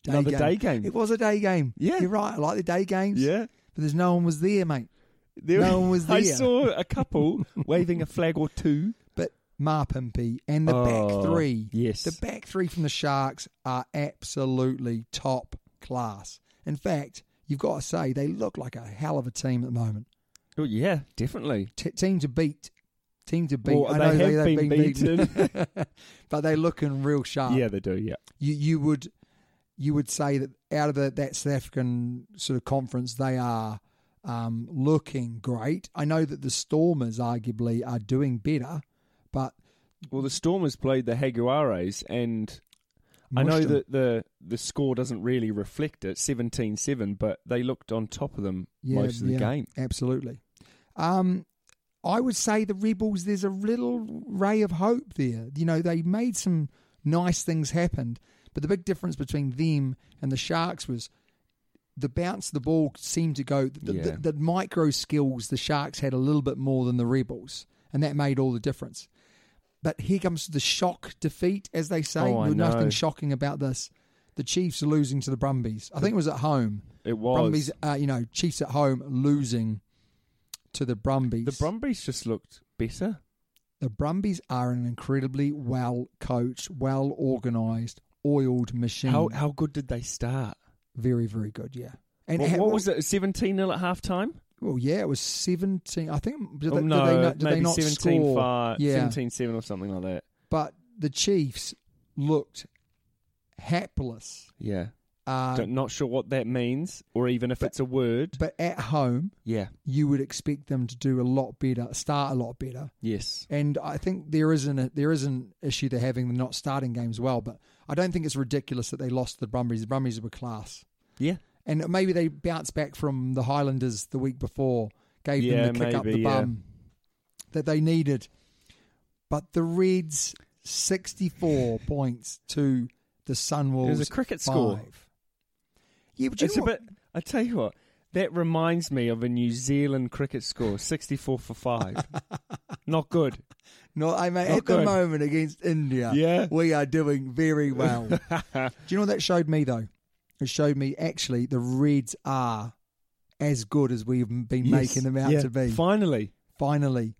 Speaker 3: another day game.
Speaker 2: It was a day game.
Speaker 3: Yeah.
Speaker 2: you're right. I like the day games.
Speaker 3: Yeah.
Speaker 2: but there's no one was there, mate.
Speaker 3: There, (laughs)
Speaker 2: No one was
Speaker 3: I
Speaker 2: there.
Speaker 3: saw
Speaker 2: (laughs)
Speaker 3: a couple waving a flag or two.
Speaker 2: But Ma Pimpy and the
Speaker 3: Oh,
Speaker 2: back three.
Speaker 3: yes.
Speaker 2: The back three from the Sharks are absolutely top class. In fact, you've got to say they look like a hell of a team at the moment.
Speaker 3: Oh yeah, definitely.
Speaker 2: T- team to beat. Team to beat.
Speaker 3: Well,
Speaker 2: I
Speaker 3: they
Speaker 2: know
Speaker 3: have
Speaker 2: they, they've
Speaker 3: been beaten.
Speaker 2: (laughs) but they looking real sharp.
Speaker 3: yeah, they do. Yeah,
Speaker 2: You you would you would say that out of the, that South African sort of conference they are um, looking great. I know that the Stormers arguably are doing better, but
Speaker 3: Well, the Stormers played the Jaguares, and I
Speaker 2: Mushed
Speaker 3: know
Speaker 2: them.
Speaker 3: that the the score doesn't really reflect it, 17-7, but they looked on top of them most of the game.
Speaker 2: Absolutely. Um, I would say the Rebels, there's a little ray of hope there. You know, they made some nice things happen, but the big difference between them and the Sharks was the bounce of the ball seemed to go, the,
Speaker 3: Yeah.
Speaker 2: the, the micro skills the Sharks had a little bit more than the Rebels, and that made all the difference. But here comes the shock defeat, as they say.
Speaker 3: Oh, I
Speaker 2: There's Nothing
Speaker 3: know.
Speaker 2: shocking about this. The Chiefs are losing to the Brumbies. I think it was at home.
Speaker 3: It was.
Speaker 2: Brumbies, uh, you know, Chiefs at home losing to the Brumbies.
Speaker 3: The Brumbies just looked better.
Speaker 2: The Brumbies are an incredibly well coached, well organised, oiled machine.
Speaker 3: How how good did they start?
Speaker 2: very, very good, yeah. And
Speaker 3: What,
Speaker 2: ha-
Speaker 3: what was it? Seventeen 0 at half time?
Speaker 2: Well, yeah, it was seventeen. I think did
Speaker 3: Oh,
Speaker 2: they,
Speaker 3: no,
Speaker 2: did they not, did
Speaker 3: maybe
Speaker 2: they not
Speaker 3: 17
Speaker 2: score?
Speaker 3: Five,
Speaker 2: yeah,
Speaker 3: 17-7 or something like that.
Speaker 2: but the Chiefs looked hapless.
Speaker 3: Yeah,
Speaker 2: Uh,
Speaker 3: Don't, not sure what that means, or even if
Speaker 2: but-
Speaker 3: it's a word.
Speaker 2: but at home,
Speaker 3: yeah.
Speaker 2: you would expect them to do a lot better, start a lot better.
Speaker 3: Yes.
Speaker 2: And I think there is an there is an issue they're having with not starting games well, but I don't think it's ridiculous that they lost to the Brumbies. The Brumbies were class,
Speaker 3: Yeah.
Speaker 2: and maybe they bounced back from the Highlanders the week before, gave
Speaker 3: Yeah,
Speaker 2: them the kick up
Speaker 3: maybe,
Speaker 2: the
Speaker 3: yeah.
Speaker 2: bum that they needed. But the Reds sixty-four (laughs) points to the Sunwolves.
Speaker 3: was a cricket score.
Speaker 2: five. Yeah, but you
Speaker 3: It's
Speaker 2: know
Speaker 3: a
Speaker 2: what?
Speaker 3: bit. I tell you what, that reminds me of a New Zealand
Speaker 2: (laughs)
Speaker 3: cricket score, sixty-four for five. Not good.
Speaker 2: No, I mean,
Speaker 3: Not
Speaker 2: at the
Speaker 3: Oh, good.
Speaker 2: moment against India,
Speaker 3: Yeah.
Speaker 2: we are doing very
Speaker 3: (laughs)
Speaker 2: well. Do you know what that showed me though? It showed me actually the Reds are as good as we've been making them out
Speaker 3: Yeah,
Speaker 2: to be.
Speaker 3: Finally,
Speaker 2: Finally,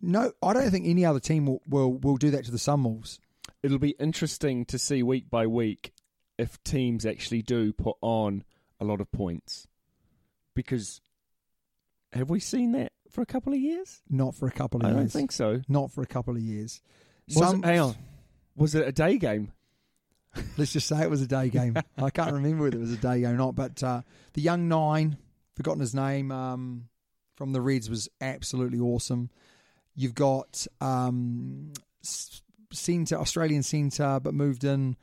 Speaker 2: no, I don't think any other team will will, will do that to the Sunwolves.
Speaker 3: it'll be interesting to see week by week if teams actually do put on a lot of points, because have we seen that for a couple of years?
Speaker 2: Not for a couple of
Speaker 3: I
Speaker 2: years.
Speaker 3: don't think so.
Speaker 2: Not for a couple of years.
Speaker 3: Was it, hang on. Was it a day game?
Speaker 2: Let's just say it was a day game. I
Speaker 3: (laughs)
Speaker 2: can't remember whether it was a day game or not, but uh, the young nine, forgotten his name, um, from the Reds was absolutely awesome. You've got um, s- centre, Australian centre, but moved in.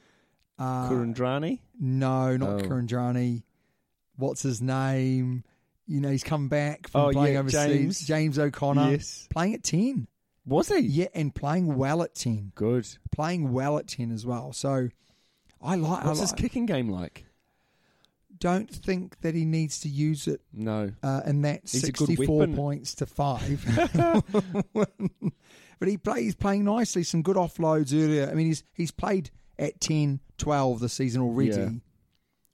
Speaker 2: Uh,
Speaker 3: Kurandrani?
Speaker 2: No, not
Speaker 3: Oh.
Speaker 2: Kurandrani. What's his name? You know, he's come back from
Speaker 3: Oh,
Speaker 2: playing
Speaker 3: yeah,
Speaker 2: overseas.
Speaker 3: James.
Speaker 2: O'Connor.
Speaker 3: Yes.
Speaker 2: Playing at 10.
Speaker 3: Was he?
Speaker 2: Yeah, and playing well at 10.
Speaker 3: Good.
Speaker 2: Playing well at 10 as well. So I like I
Speaker 3: What's his
Speaker 2: like-
Speaker 3: kicking game like?
Speaker 2: don't think that he needs to use it
Speaker 3: No.
Speaker 2: uh, in that
Speaker 3: He's a good
Speaker 2: 64
Speaker 3: weapon.
Speaker 2: points to
Speaker 3: (laughs)
Speaker 2: five. (laughs) but he play, he's playing nicely, some good offloads earlier. I mean, he's he's played at 10, 12 this season already.
Speaker 3: Yeah.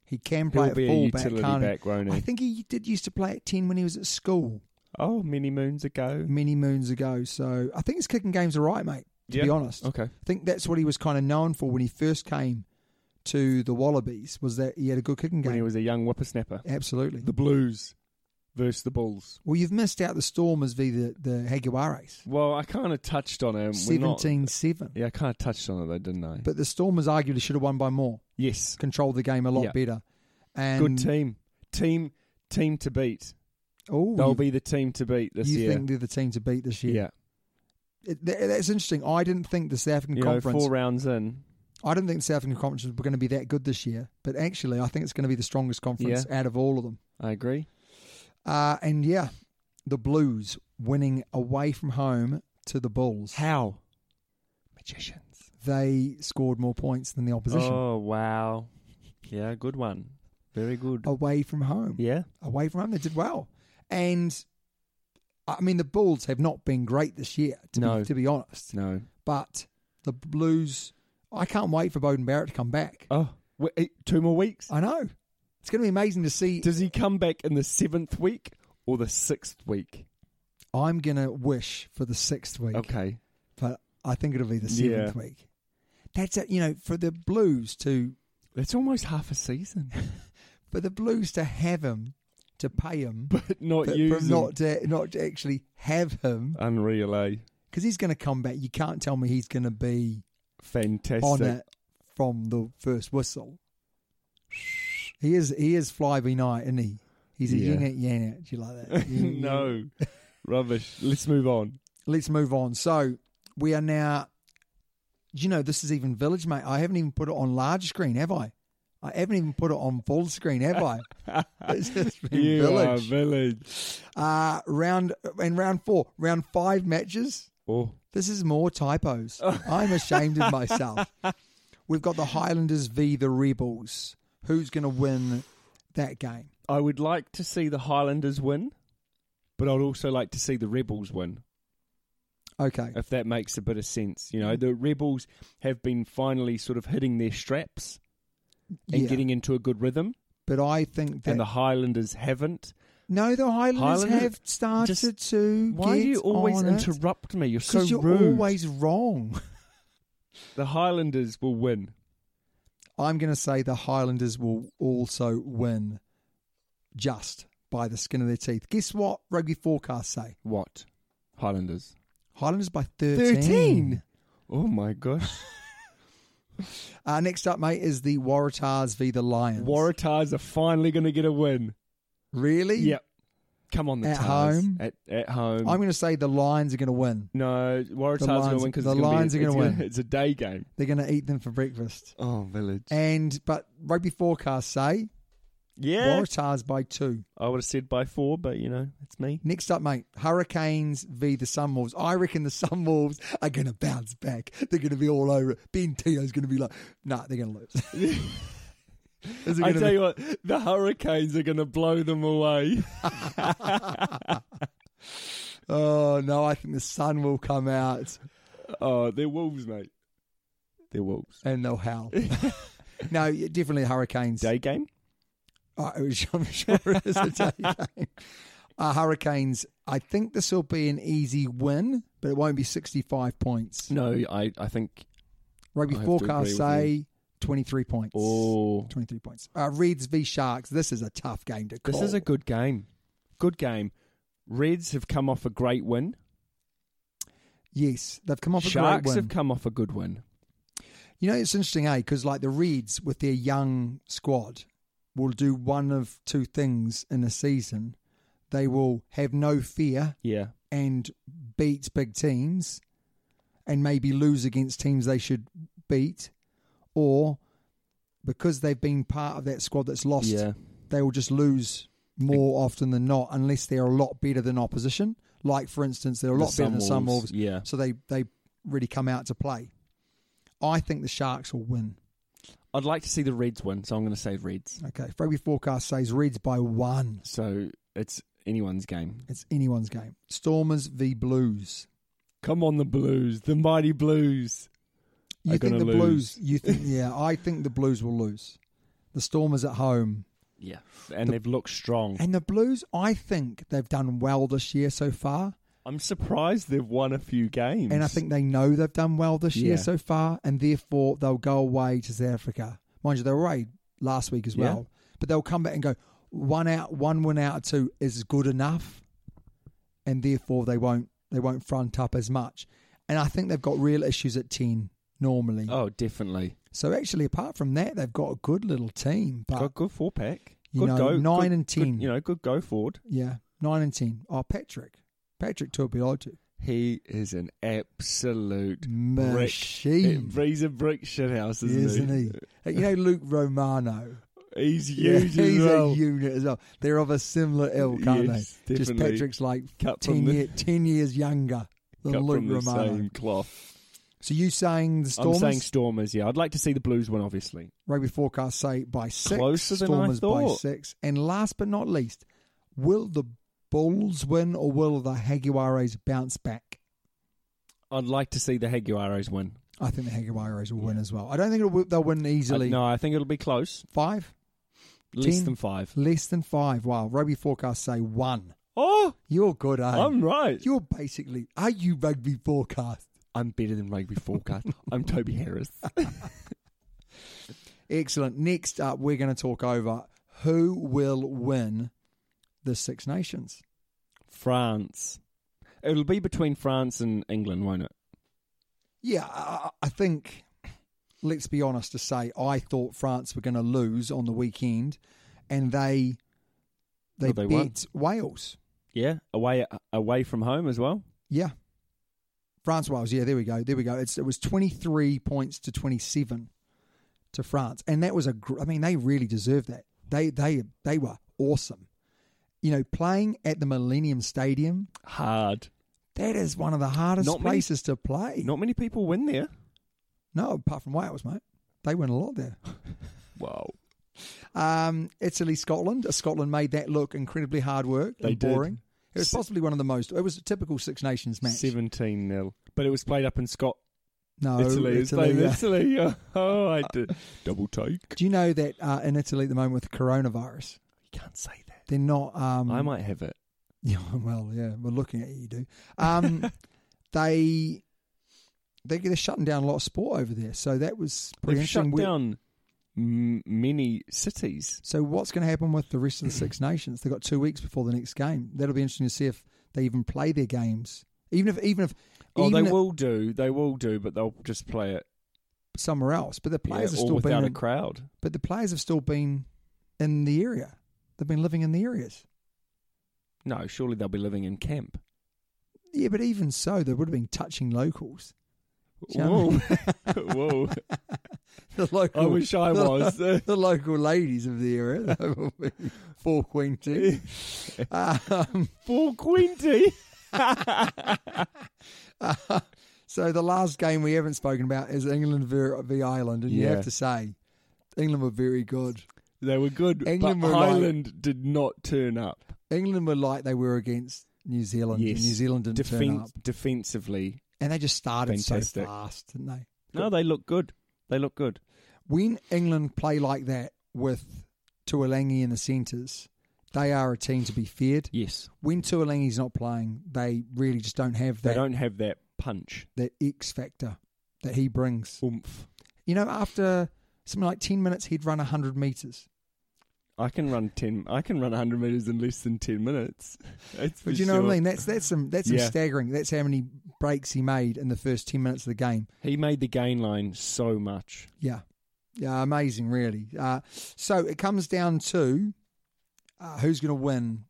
Speaker 2: He can
Speaker 3: He'll
Speaker 2: play
Speaker 3: be a
Speaker 2: at fullback,
Speaker 3: utility
Speaker 2: can't he?
Speaker 3: back, won't he?
Speaker 2: I think he did used to play at 10 when he was at school
Speaker 3: Oh, many moons ago.
Speaker 2: many moons ago. So I think his kicking game's all right, mate, to be
Speaker 3: Yeah.
Speaker 2: honest.
Speaker 3: Okay.
Speaker 2: I think that's what he was kind of known for when he first came to the Wallabies, was that he had a good kicking game.
Speaker 3: When he was a young whippersnapper.
Speaker 2: Absolutely.
Speaker 3: The Blues versus the Bulls.
Speaker 2: Well, you've missed out the Stormers v the the Jaguares,
Speaker 3: Well, I kind of touched on him. We're not-
Speaker 2: seventeen seven.
Speaker 3: yeah, I kind of touched on it though, didn't I?
Speaker 2: But the Stormers arguably should have won by more,
Speaker 3: yes,
Speaker 2: controlled the game a lot
Speaker 3: Yeah.
Speaker 2: better. And
Speaker 3: good team, team, team to beat.
Speaker 2: Oh,
Speaker 3: They'll
Speaker 2: you,
Speaker 3: be the team to beat this
Speaker 2: you
Speaker 3: year.
Speaker 2: think they're the team to beat this year?
Speaker 3: yeah,
Speaker 2: It- that- that's interesting. I didn't think the South African
Speaker 3: you know,
Speaker 2: Conference.
Speaker 3: four rounds in.
Speaker 2: I didn't think the South African Conference were going to be that good this year. But actually, I think it's going to be the strongest conference out of all of them.
Speaker 3: I agree.
Speaker 2: Uh, and yeah, the Blues winning away from home to the Bulls.
Speaker 3: How? Magicians.
Speaker 2: They scored more points than the opposition
Speaker 3: Oh wow! Yeah, good one. Very good.
Speaker 2: away from home.
Speaker 3: Yeah.
Speaker 2: away from home. They did well, and I mean the Bulls have not been great this year, to,
Speaker 3: No.
Speaker 2: be, to be honest.
Speaker 3: No.
Speaker 2: But the Blues, I can't wait for Bowden Barrett to come back.
Speaker 3: Oh, wait, eh, two more weeks.
Speaker 2: I know it's going to be amazing to see.
Speaker 3: Does he come back in the seventh week or the sixth week?
Speaker 2: I'm going to wish for the sixth week,
Speaker 3: Okay.
Speaker 2: but I think it'll be the seventh
Speaker 3: Yeah.
Speaker 2: week. That's it. You know, for the Blues to
Speaker 3: That's almost half a season,
Speaker 2: for the Blues to have him to pay him,
Speaker 3: (laughs) but not
Speaker 2: but
Speaker 3: using.
Speaker 2: for not to not to actually have him
Speaker 3: Unreal, eh?
Speaker 2: because he's going to come back. You can't tell me he's going to be.
Speaker 3: Fantastic.
Speaker 2: on
Speaker 3: (laughs)
Speaker 2: it from the first whistle. He is he is fly by night, isn't he? He's a
Speaker 3: Yeah.
Speaker 2: yin at yang out. Do you like
Speaker 3: (laughs)
Speaker 2: that? Yin yang.
Speaker 3: no. Rubbish. Let's
Speaker 2: (laughs)
Speaker 3: move on.
Speaker 2: Let's move on. So we are now. You know, this is even village, mate. I haven't even put it on large screen, have I? I haven't even put it on full screen, have I?
Speaker 3: (laughs)
Speaker 2: it's just been
Speaker 3: You are
Speaker 2: village.
Speaker 3: village.
Speaker 2: Uh, round and round four, round five matches.
Speaker 3: Oh,
Speaker 2: This is more typos. I'm ashamed
Speaker 3: (laughs)
Speaker 2: of myself. We've got the Highlanders v the Rebels. Who's going to win that game?
Speaker 3: I would like to see the Highlanders win, but I'd also like to see the Rebels win,
Speaker 2: Okay.
Speaker 3: if that makes a bit of sense. You
Speaker 2: Mm.
Speaker 3: know, the Rebels have been finally sort of hitting their straps and
Speaker 2: Yeah.
Speaker 3: getting into a good rhythm,
Speaker 2: but I think that
Speaker 3: and the Highlanders haven't.
Speaker 2: no, the Highlanders,
Speaker 3: Highlanders
Speaker 2: have started
Speaker 3: just-
Speaker 2: to.
Speaker 3: Why
Speaker 2: get
Speaker 3: do you always
Speaker 2: on it.
Speaker 3: interrupt me? You're so
Speaker 2: 'Cause you're
Speaker 3: rude.
Speaker 2: always wrong.
Speaker 3: The Highlanders will win.
Speaker 2: I'm going to say the Highlanders will also win, just by the skin of their teeth. Guess what? Rugby forecasts say
Speaker 3: What? Highlanders.
Speaker 2: Highlanders by 13.
Speaker 3: 13. Oh my gosh.
Speaker 2: (laughs) Uh, next up, mate, is the Waratahs v the Lions.
Speaker 3: Waratahs are finally going to get a win.
Speaker 2: really?
Speaker 3: Yep. Come on, the
Speaker 2: At
Speaker 3: Tars.
Speaker 2: home?
Speaker 3: At, at home.
Speaker 2: I'm going to say the Lions are going to win.
Speaker 3: no, Waratahs are going
Speaker 2: Lions-
Speaker 3: to win because
Speaker 2: the Lions are
Speaker 3: going
Speaker 2: gonna
Speaker 3: to
Speaker 2: win.
Speaker 3: (laughs) It's a day game.
Speaker 2: They're going to eat them for breakfast.
Speaker 3: Oh, village.
Speaker 2: And but rugby forecasts say
Speaker 3: Yeah.
Speaker 2: Waratahs by two.
Speaker 3: I would have said by four, but you know, it's me.
Speaker 2: Next up, mate, Hurricanes v the Sunwolves. I reckon the (laughs) Sunwolves are going to bounce back. They're going to be all over it. Ben Tio's going to be like, nah, they're going to
Speaker 3: (laughs)
Speaker 2: lose. Is it
Speaker 3: I
Speaker 2: gonna
Speaker 3: tell
Speaker 2: be-
Speaker 3: you what, the Hurricanes are going to blow them away. (laughs)
Speaker 2: oh, no, I think the sun will come out
Speaker 3: oh, they're wolves, mate. They're wolves.
Speaker 2: and they'll
Speaker 3: (laughs)
Speaker 2: howl. (laughs) no, yeah, definitely Hurricanes.
Speaker 3: Day game?
Speaker 2: Oh, it was- (laughs) I'm sure it is a day game. Uh, Hurricanes, I think this will be an easy win, but it won't be 65 points.
Speaker 3: No, I, I think.
Speaker 2: Rugby
Speaker 3: I have to
Speaker 2: forecast
Speaker 3: agree with
Speaker 2: say 23 points.
Speaker 3: Oh,
Speaker 2: 23 points. Uh, Reds v Sharks. This is a tough game to call.
Speaker 3: this is a good game. Good game. Reds have come off a great win.
Speaker 2: Yes, they've come off a great
Speaker 3: Sharks
Speaker 2: win.
Speaker 3: have come off a good win.
Speaker 2: You know, it's interesting, eh? Because like the Reds with their young squad will do one of two things in a season. They will have no fear
Speaker 3: Yeah.
Speaker 2: and beat big teams, and maybe lose against teams they should beat, or because they've been part of that squad that's lost,
Speaker 3: Yeah.
Speaker 2: they will just lose more often than not, unless they're a lot better than opposition. Like for instance, they're a
Speaker 3: The
Speaker 2: lot better than some
Speaker 3: Sunwolves,
Speaker 2: wolves,
Speaker 3: yeah.
Speaker 2: So they they really come out to play. I think the Sharks will win.
Speaker 3: I'd like to see the Reds win, so I'm going to say Reds.
Speaker 2: Okay, rugby forecast says Reds by one.
Speaker 3: So it's anyone's game.
Speaker 2: It's anyone's game. Stormers v Blues.
Speaker 3: Come on, the Blues, the mighty Blues.
Speaker 2: You
Speaker 3: are
Speaker 2: think the
Speaker 3: gonna lose.
Speaker 2: Blues? You think? Yeah, I think the Blues will lose. The Stormers at home,
Speaker 3: Yeah, and they've looked strong.
Speaker 2: and the Blues. I think they've done well this year so far,
Speaker 3: I'm surprised they've won a few games.
Speaker 2: and I think they know they've done well this year
Speaker 3: Yeah.
Speaker 2: so far, and therefore they'll go away to South Africa. Mind you, they were away last week as
Speaker 3: Yeah.
Speaker 2: well, but they'll come back and go one out, one win out of two is good enough, and therefore they won't they won't front up as much, and I think they've got real issues at ten normally.
Speaker 3: Oh, definitely.
Speaker 2: So actually, apart from that, they've got a good little team. But
Speaker 3: Got good four pack.
Speaker 2: You
Speaker 3: good
Speaker 2: know,
Speaker 3: go.
Speaker 2: nine
Speaker 3: good-
Speaker 2: and
Speaker 3: good-
Speaker 2: 10.
Speaker 3: you know, good go forward.
Speaker 2: yeah, nine and ten. Oh, Patrick, Patrick Tuipulotu.
Speaker 3: He is an absolute
Speaker 2: Machine.
Speaker 3: brick. He's a brick shithouse, isn't,
Speaker 2: isn't he? Uh, you know Luke Romano.
Speaker 3: he? He's
Speaker 2: Yeah, (laughs)
Speaker 3: (laughs) huge
Speaker 2: he's
Speaker 3: as well.
Speaker 2: a unit as well. They're of a similar ilk, aren't
Speaker 3: Yes,
Speaker 2: they? Just
Speaker 3: definitely.
Speaker 2: Patrick's like
Speaker 3: Cut
Speaker 2: ten,
Speaker 3: from the-
Speaker 2: year, ten years younger than
Speaker 3: Cut
Speaker 2: Luke
Speaker 3: from the
Speaker 2: Romano.
Speaker 3: same cloth.
Speaker 2: So you saying the Stormers?
Speaker 3: I'm saying Stormers. Yeah, I'd like to see the Blues win, obviously.
Speaker 2: rugby forecast say by six.
Speaker 3: Closer than I
Speaker 2: Stormers by
Speaker 3: thought.
Speaker 2: six. And last but not least, will the Bulls win or will the Haguares bounce back?
Speaker 3: I'd like to see the Haguaros win.
Speaker 2: I think the Haguares will win as well. I don't think it'll, they'll win easily.
Speaker 3: Uh, no, I think it'll be close.
Speaker 2: Five?
Speaker 3: Less
Speaker 2: Ten?
Speaker 3: than five.
Speaker 2: Less than five. Wow. Rugby forecast say one.
Speaker 3: Oh,
Speaker 2: You're good, eh?
Speaker 3: I'm right.
Speaker 2: You're basically, are you rugby forecast? (laughs)
Speaker 3: I'm better than rugby forecast. (laughs) I'm Toby Harris.
Speaker 2: Excellent. Next up, we're going to talk over who will win the Six Nations.
Speaker 3: France. It'll be between France and England, won't it?
Speaker 2: Yeah, I, I think, let's be honest to say, I thought France were going to lose on the weekend and they they,
Speaker 3: Well, they won.
Speaker 2: beat Wales.
Speaker 3: Yeah, away away from home as well.
Speaker 2: Yeah. France Wales, yeah, there we go. There we go. It's, it was 23 points to 27 to France. And that was a gr- I mean they really deserved that. They they they were awesome. You know, playing at the Millennium Stadium,
Speaker 3: Hard.
Speaker 2: that is one of the hardest
Speaker 3: Not many-
Speaker 2: places to play.
Speaker 3: Not many people win there.
Speaker 2: no, apart from Wales, mate. They win a lot there.
Speaker 3: Wow.
Speaker 2: Um, Italy, Scotland. Uh, Scotland made that look incredibly hard work
Speaker 3: They
Speaker 2: and
Speaker 3: did.
Speaker 2: boring. It was possibly one of the most. It was a typical Six Nations match.
Speaker 3: 17 nil. But it was played up in Scot
Speaker 2: No,
Speaker 3: Oh, Italy. It's played
Speaker 2: yeah.
Speaker 3: in Italy. (laughs) Oh, I did. Double take.
Speaker 2: Do you know that uh, in Italy at the moment with coronavirus,
Speaker 3: You can't say that.
Speaker 2: they're not. Um,
Speaker 3: I might have it.
Speaker 2: (laughs) Yeah, well, yeah, we're looking at you. You do.
Speaker 3: (laughs)
Speaker 2: Um, they they they're shutting down a lot of sport over there, so that was pretty
Speaker 3: They've
Speaker 2: interesting.
Speaker 3: shut
Speaker 2: We-
Speaker 3: down m- many cities.
Speaker 2: So what's going to happen with the rest of the
Speaker 3: (clears throat)
Speaker 2: Six Nations? They've got two weeks before the next game. That'll be interesting to see if they even play their games. Even if even if
Speaker 3: Oh,
Speaker 2: even
Speaker 3: they
Speaker 2: if-
Speaker 3: will do. They will do, but they'll just play it
Speaker 2: somewhere else, but the
Speaker 3: yeah,
Speaker 2: players have
Speaker 3: all
Speaker 2: still
Speaker 3: without
Speaker 2: been.
Speaker 3: a
Speaker 2: In,
Speaker 3: crowd.
Speaker 2: but the players have still been in the area. They've been living in the areas.
Speaker 3: No, surely they'll be living in camp.
Speaker 2: Yeah, but even so, they would have been touching locals. Do you know
Speaker 3: Whoa. (laughs)
Speaker 2: what I mean?
Speaker 3: Whoa.
Speaker 2: (laughs) the local.
Speaker 3: I wish I
Speaker 2: the-
Speaker 3: was.
Speaker 2: (laughs) The, local ladies of the area. (laughs) That will be four queen tea. um,
Speaker 3: Four Quinty.
Speaker 2: so the last game we haven't spoken about is England v, v Ireland, and you
Speaker 3: Yeah.
Speaker 2: have to say England were very good.
Speaker 3: They were good,
Speaker 2: England
Speaker 3: but
Speaker 2: were like-
Speaker 3: Ireland did not turn up.
Speaker 2: England were like they were against New Zealand. and New Zealand didn't turn
Speaker 3: Defen-
Speaker 2: up,
Speaker 3: Defensively,
Speaker 2: and they just started so
Speaker 3: Fantastic.
Speaker 2: fast, didn't they?
Speaker 3: no, they look good. They look good.
Speaker 2: when England play like that with Tuolangi in the centres, they are a team to be feared.
Speaker 3: Yes,
Speaker 2: When Tuolangi's not playing, they really just don't have
Speaker 3: they
Speaker 2: that
Speaker 3: don't have that punch.
Speaker 2: that X factor that he brings.
Speaker 3: Oomph.
Speaker 2: You know, after something like ten minutes, he'd run hundred meters.
Speaker 3: I can run ten. I can run hundred meters in less than ten minutes. (laughs) That's
Speaker 2: But
Speaker 3: for
Speaker 2: you know what
Speaker 3: sure.
Speaker 2: I mean? That's that's some that's some
Speaker 3: Yeah.
Speaker 2: staggering. That's how many breaks he made in the first ten minutes of the game.
Speaker 3: He made the gain line so much.
Speaker 2: Yeah. Yeah, amazing, really. Uh, so it comes down to uh, who's going to win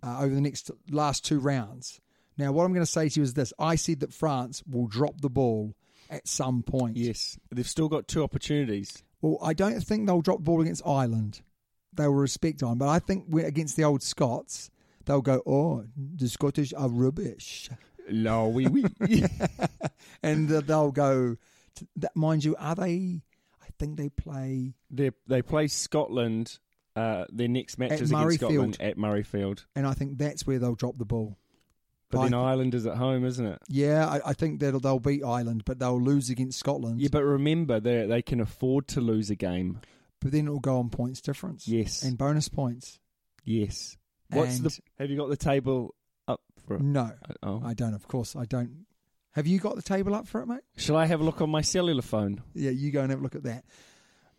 Speaker 2: uh, over the next last two rounds. Now, what I'm going to say to you is this I said that France will drop the ball at some point.
Speaker 3: Yes, they've still got two opportunities.
Speaker 2: Well, I don't think they'll drop the ball against Ireland. They will respect Ireland. But I think we against the old Scots, they'll go, oh, the Scottish are
Speaker 3: (laughs)
Speaker 2: rubbish. (laughs)
Speaker 3: No, we we.
Speaker 2: And uh, they'll go, t- that, mind you, are they? I think they play
Speaker 3: (laughs) they they play Scotland. Uh, their next match
Speaker 2: At
Speaker 3: is
Speaker 2: Murrayfield.
Speaker 3: against Scotland at Murrayfield.
Speaker 2: and I think that's where they'll drop the ball.
Speaker 3: But
Speaker 2: I
Speaker 3: then
Speaker 2: th-
Speaker 3: Ireland is at home, isn't it?
Speaker 2: Yeah, I, I think that they'll beat Ireland, but they'll lose against Scotland.
Speaker 3: Yeah, but remember they they can afford to lose a game.
Speaker 2: But then it'll go on points difference.
Speaker 3: Yes.
Speaker 2: and bonus points.
Speaker 3: Yes. What's the?
Speaker 2: And-
Speaker 3: Have you got the table up for it?
Speaker 2: No,
Speaker 3: Oh.
Speaker 2: I don't. Of course, I don't. Have you got the table up for it, mate?
Speaker 3: Shall I have a look on my cellular phone?
Speaker 2: Yeah, you go and have a look at that.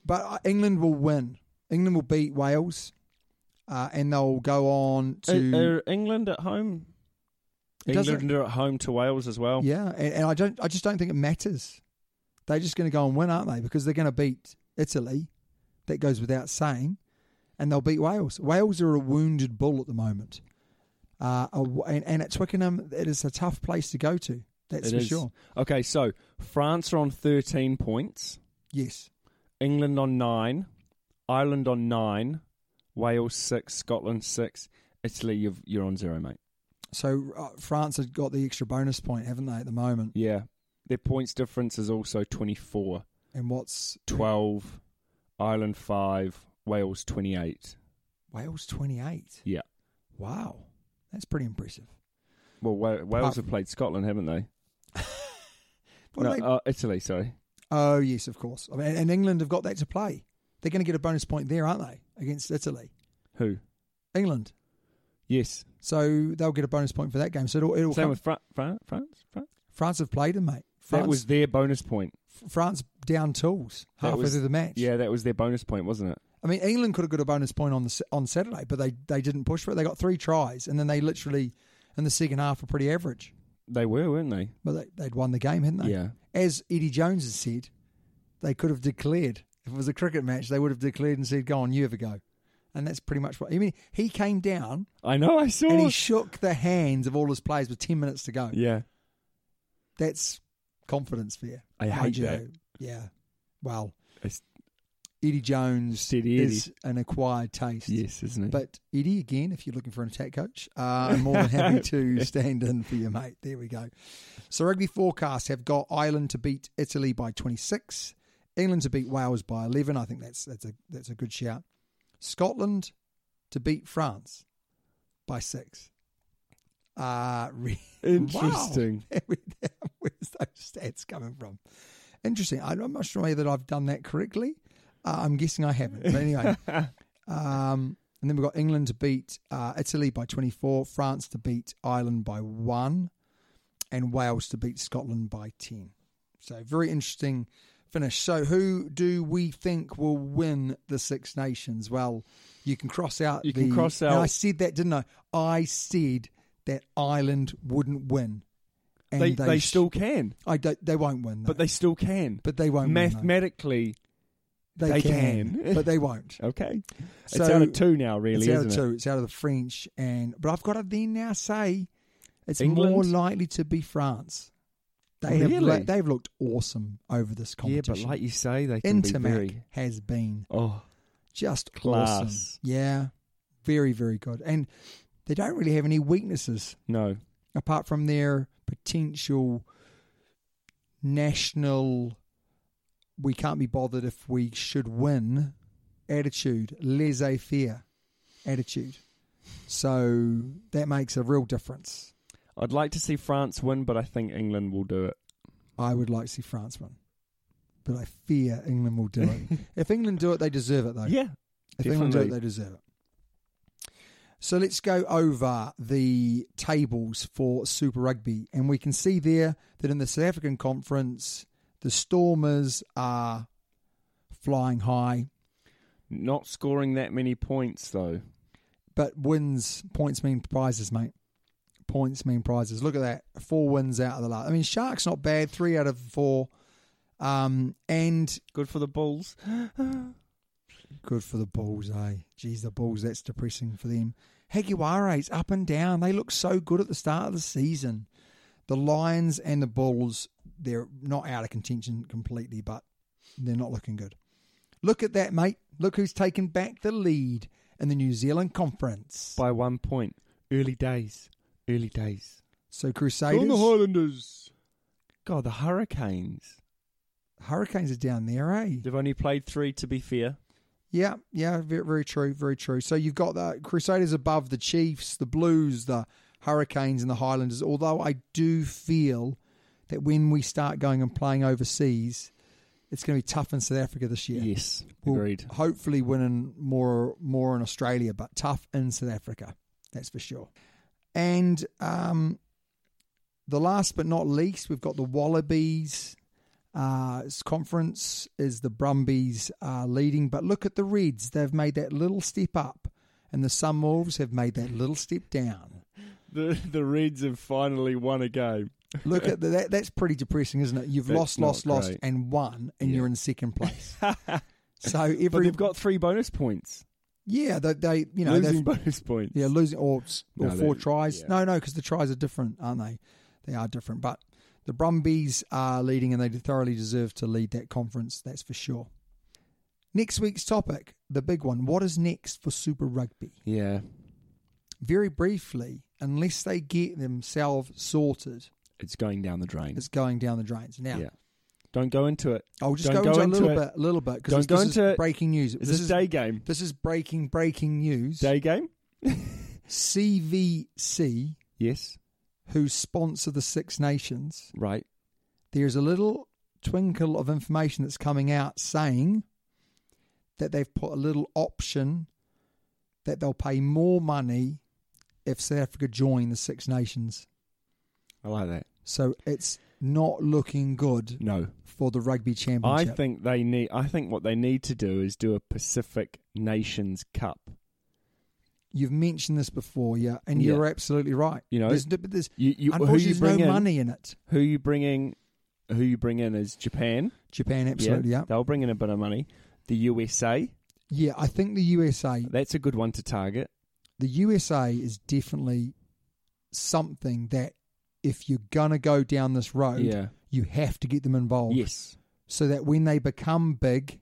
Speaker 2: But uh, England will win. England will beat Wales, uh, and they'll go on to
Speaker 3: Are, are Uh, England at home?
Speaker 2: It doesn't-
Speaker 3: England are at home to Wales as well.
Speaker 2: yeah. And, and I don't. I just don't think it matters. They're just going to go and win, aren't they? Because they're going to beat Italy. That goes without saying. and they'll beat Wales. Wales are a wounded bull at the moment, uh, a- and, and at Twickenham, it is a tough place to go to. That's
Speaker 3: It
Speaker 2: for
Speaker 3: is.
Speaker 2: sure.
Speaker 3: Okay, so France are on thirteen points,
Speaker 2: Yes,
Speaker 3: England on nine, Ireland on nine, Wales six, Scotland six, Italy you've, you're on zero, mate.
Speaker 2: so uh, France have got the extra bonus point, haven't they, at the moment?
Speaker 3: Yeah, their points difference is also 24.
Speaker 2: And what's
Speaker 3: 12, Ireland 5, Wales 28.
Speaker 2: Wales twenty eight?
Speaker 3: Yeah.
Speaker 2: Wow, that's pretty impressive.
Speaker 3: Well, Wa-
Speaker 2: Apart-
Speaker 3: Wales have played Scotland, haven't they?
Speaker 2: What
Speaker 3: no,
Speaker 2: do they-
Speaker 3: uh, Italy, sorry.
Speaker 2: oh yes, of course. I mean, and England have got that to play. They're going to get a bonus point there, aren't they, against Italy?
Speaker 3: Who?
Speaker 2: England.
Speaker 3: Yes.
Speaker 2: So they'll get a bonus point for that game. So it'll, it'll
Speaker 3: Same
Speaker 2: come-
Speaker 3: with Fra- Fra- France? France?
Speaker 2: France have played them, mate. France
Speaker 3: That was their bonus point.
Speaker 2: France down tools
Speaker 3: That
Speaker 2: halfway
Speaker 3: was-
Speaker 2: through the match.
Speaker 3: Yeah, that was their bonus point, wasn't it?
Speaker 2: I mean England could have got a bonus point on the s- on Saturday, but they they didn't push for it. They got three tries, and then they literally in the second half were pretty average.
Speaker 3: They were, weren't they?
Speaker 2: But they, they'd won the game, hadn't they?
Speaker 3: Yeah.
Speaker 2: As Eddie Jones has said, they could have declared if it was a cricket match. They would have declared and said, "Go on, you have a go." And that's pretty much what I mean. He came down
Speaker 3: I know, I saw.
Speaker 2: and he shook the hands of all his players with ten minutes to go.
Speaker 3: yeah.
Speaker 2: That's confidence for you.
Speaker 3: I hate
Speaker 2: mind you.
Speaker 3: that.
Speaker 2: Yeah. Well,
Speaker 3: It's-
Speaker 2: Eddie Jones
Speaker 3: Steady Eddie.
Speaker 2: is an acquired taste.
Speaker 3: Yes, isn't it?
Speaker 2: But Eddie, again, if you're looking for an attack coach, uh, I'm more than happy
Speaker 3: (laughs)
Speaker 2: to stand in for you, mate. There we go. So, rugby forecasts have got Ireland to beat Italy by 26, England to beat Wales by 11. I think that's that's a that's a good shout. Scotland to beat France by six. Uh, re- (laughs)
Speaker 3: Interesting.
Speaker 2: Wow. Where's those stats coming from? Interesting. I'm I'm not sure that I've done that correctly. Uh, I'm guessing I haven't. But
Speaker 3: (laughs)
Speaker 2: anyway, um, and then we've got England to beat uh, Italy by 24, France to beat Ireland by one, and Wales to beat Scotland by 10. So, very interesting finish. So, who do we think will win the Six Nations? Well, you can cross out.
Speaker 3: You can
Speaker 2: the-
Speaker 3: cross
Speaker 2: and I
Speaker 3: out-
Speaker 2: said that, didn't I? I said that Ireland wouldn't win. And
Speaker 3: they, they,
Speaker 2: sh-
Speaker 3: still can.
Speaker 2: I don't, they won't win.
Speaker 3: But
Speaker 2: though.
Speaker 3: they still can.
Speaker 2: But they won't win, though.
Speaker 3: Mathematically, they can. (laughs)
Speaker 2: but they won't.
Speaker 3: okay.
Speaker 2: So-
Speaker 3: it's out of two now, really,
Speaker 2: it's out
Speaker 3: isn't
Speaker 2: of
Speaker 3: it?
Speaker 2: two. It's out of the French, and but I've got to then now say it's
Speaker 3: England?
Speaker 2: more likely to be France. They have
Speaker 3: Really?
Speaker 2: lo- they've looked awesome over this
Speaker 3: Yeah,
Speaker 2: competition.
Speaker 3: but like you say, they can
Speaker 2: Intermac
Speaker 3: be very.
Speaker 2: has been
Speaker 3: Oh,
Speaker 2: just
Speaker 3: Class.
Speaker 2: awesome. Yeah, very very good, and they don't really have any weaknesses
Speaker 3: no.
Speaker 2: apart from their potential national. We can't be bothered if we should win attitude, laissez faire attitude. So that makes a real difference.
Speaker 3: I'd like to see France win, but I think England will do it.
Speaker 2: I would like to see France win, but I fear England will do it. if England do it, they deserve it though. If England do it,
Speaker 3: definitely.
Speaker 2: they deserve it. So let's go over the tables for Super Rugby. And we can see there that in the South African Conference, the Stormers are flying high,
Speaker 3: Not scoring that many points, though.
Speaker 2: but wins, points mean prizes, mate. Points mean prizes. Look at that. Four wins out of the last. I mean, Sharks not bad. Three out of four. Um, and
Speaker 3: Good for the (gasps) Bulls.
Speaker 2: Good for the Bulls, eh? Geez, the Bulls, that's depressing for them. Hagiware's up and down. They look so good at the start of the season. The Lions and the Bulls, they're not out of contention completely, but they're not looking good. Look at that, mate. Look who's taken back the lead in the New Zealand Conference.
Speaker 3: By one point. Early days. Early days.
Speaker 2: So Crusaders,
Speaker 3: Highlanders. God, the Hurricanes.
Speaker 2: Hurricanes are down there, eh?
Speaker 3: They've only played three, to be fair.
Speaker 2: Yeah, yeah, very, very true, very true. So you've got the Crusaders above the Chiefs, the Blues, the Hurricanes, and the Highlanders. Although I do feel that when we start going and playing overseas, it's going to be tough in South Africa this year.
Speaker 3: Yes.
Speaker 2: We'll
Speaker 3: Agreed.
Speaker 2: Hopefully, winning more more in Australia, but tough in South Africa. That's for sure. And um, the last but not least, we've got the Wallabies. Uh, its conference is the Brumbies uh, leading, but look at the Reds. They've made that little step up, and the Sunwolves have made that little step down.
Speaker 3: The, the Reds have finally won a game.
Speaker 2: Look at the, that. That's pretty depressing, isn't it? You've
Speaker 3: That's
Speaker 2: lost, lost,
Speaker 3: not
Speaker 2: lost,
Speaker 3: great.
Speaker 2: and won, and
Speaker 3: Yeah.
Speaker 2: you're in second
Speaker 3: (laughs)
Speaker 2: place. so
Speaker 3: (laughs) But
Speaker 2: every
Speaker 3: they've got three bonus points.
Speaker 2: yeah, they, they you know they've-
Speaker 3: Losing bonus points.
Speaker 2: Yeah, losing or, s- or
Speaker 3: No,
Speaker 2: four
Speaker 3: they-
Speaker 2: tries.
Speaker 3: yeah.
Speaker 2: No, no, because the tries are different, aren't they? They are different. But the Brumbies are leading, and they thoroughly deserve to lead that conference. That's for sure. Next week's topic, the big one. What is next for Super Rugby?
Speaker 3: Yeah.
Speaker 2: Very briefly, unless they get themselves sorted,
Speaker 3: It's going down the drain.
Speaker 2: it's going down the drains. Now,
Speaker 3: Yeah. Don't go into it.
Speaker 2: I'll just
Speaker 3: Don't
Speaker 2: go, into,
Speaker 3: go
Speaker 2: a
Speaker 3: into
Speaker 2: little
Speaker 3: it.
Speaker 2: bit, a little bit, because
Speaker 3: Don't
Speaker 2: this,
Speaker 3: go
Speaker 2: this
Speaker 3: into
Speaker 2: is
Speaker 3: it.
Speaker 2: breaking news.
Speaker 3: Is this day game?
Speaker 2: This is breaking breaking news.
Speaker 3: Day game?
Speaker 2: CVC,
Speaker 3: Yes.
Speaker 2: who sponsor the Six Nations,
Speaker 3: Right.
Speaker 2: there's a little twinkle of information that's coming out saying that they've put a little option that they'll pay more money if South Africa join the Six Nations.
Speaker 3: I like that.
Speaker 2: So it's not looking good
Speaker 3: No.
Speaker 2: for the rugby
Speaker 3: I
Speaker 2: championship.
Speaker 3: think they need. I think what they need to do is do a Pacific Nations Cup.
Speaker 2: You've mentioned this before, yeah, and you're
Speaker 3: Yeah.
Speaker 2: absolutely right.
Speaker 3: You know,
Speaker 2: there's, but there's
Speaker 3: You, you, who
Speaker 2: unfortunately
Speaker 3: you
Speaker 2: there's
Speaker 3: bring
Speaker 2: no
Speaker 3: in,
Speaker 2: money in it.
Speaker 3: Who you bring in? Who you bring in is Japan.
Speaker 2: Japan, absolutely, yeah.
Speaker 3: They'll bring in a bit of money. The USA.
Speaker 2: Yeah, I think the USA
Speaker 3: That's a good one to target.
Speaker 2: the USA is definitely something that if you're going to go down this road,
Speaker 3: Yeah.
Speaker 2: you have to get them involved.
Speaker 3: Yes.
Speaker 2: So that when they become big,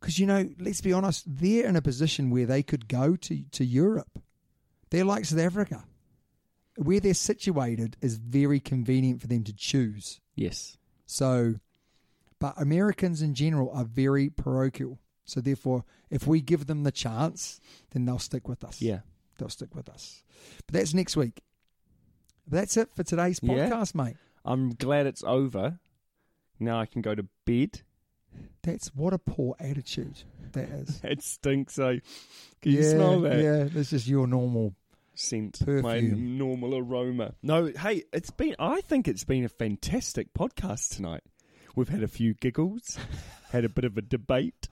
Speaker 2: because, you know, let's be honest, they're in a position where they could go to, to Europe. They're like South Africa. Where they're situated is very convenient for them to choose.
Speaker 3: Yes.
Speaker 2: So, but Americans in general are very parochial. So, therefore, if we give them the chance, then they'll stick with us
Speaker 3: Yeah.
Speaker 2: they'll stick with us. But that's next week. But that's it for today's
Speaker 3: Yeah.
Speaker 2: podcast, mate.
Speaker 3: I'm glad it's over. Now I can go to bed. (laughs)
Speaker 2: That's what a poor attitude that is.
Speaker 3: It stinks. Eh? Can (laughs) you smell that
Speaker 2: Yeah, that's just your normal.
Speaker 3: scent? My
Speaker 2: Perfume.
Speaker 3: normal aroma. No. Hey, it's been. I think it's been a fantastic podcast tonight. We've had a few
Speaker 2: (laughs)
Speaker 3: giggles, had a bit of a debate.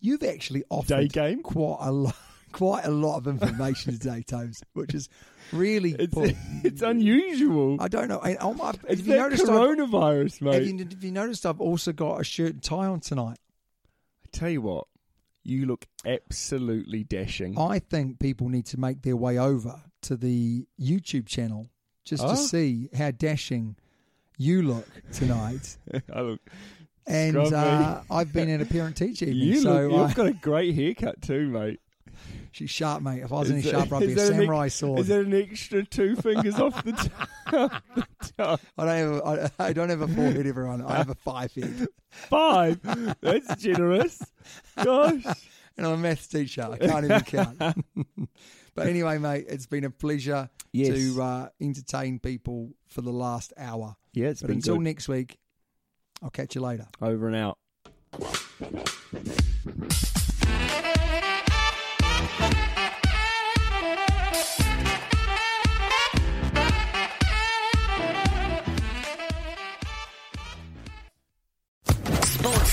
Speaker 2: You've actually offered
Speaker 3: Day game?
Speaker 2: quite a lot, (laughs) quite a lot of information today, Tomes, which is really.
Speaker 3: It's,
Speaker 2: poor.
Speaker 3: (laughs) it's unusual.
Speaker 2: I don't know. I, oh my, have
Speaker 3: It's
Speaker 2: you
Speaker 3: that
Speaker 2: noticed? I've,
Speaker 3: coronavirus, mate.
Speaker 2: have, you, have you noticed? I've also got a shirt and tie on tonight.
Speaker 3: I tell you what, you look absolutely dashing.
Speaker 2: I think people need to make their way over to the YouTube channel just
Speaker 3: Ah.
Speaker 2: to see how dashing you look
Speaker 3: (laughs)
Speaker 2: tonight.
Speaker 3: (laughs) I look,
Speaker 2: And
Speaker 3: Scrub me.
Speaker 2: uh, I've been at a parent teach evening,
Speaker 3: (laughs) you
Speaker 2: so
Speaker 3: look, you've
Speaker 2: I-
Speaker 3: got a great haircut too, mate.
Speaker 2: she's sharp, mate. If I was any
Speaker 3: (laughs) Is that-
Speaker 2: sharper, I'd
Speaker 3: is
Speaker 2: be a
Speaker 3: that an ex-
Speaker 2: samurai sword.
Speaker 3: Is that an extra two fingers off the top?
Speaker 2: I don't have. a- I, I don't have a forehead, everyone. I have a five head,
Speaker 3: (laughs) Five. That's generous.
Speaker 2: (laughs)
Speaker 3: Gosh.
Speaker 2: and I'm a maths teacher. I can't even count. (laughs) but anyway, mate, it's been a pleasure
Speaker 3: Yes.
Speaker 2: to uh, entertain people for the last hour.
Speaker 3: Yeah, it's
Speaker 2: but
Speaker 3: been
Speaker 2: until
Speaker 3: good.
Speaker 2: next week, I'll catch you later.
Speaker 3: Over and out.
Speaker 4: Sports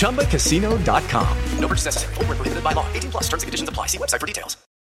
Speaker 5: ChumbaCasino.com. No purchase necessary. Void where prohibited by law. 18 plus terms and conditions apply. See website for details.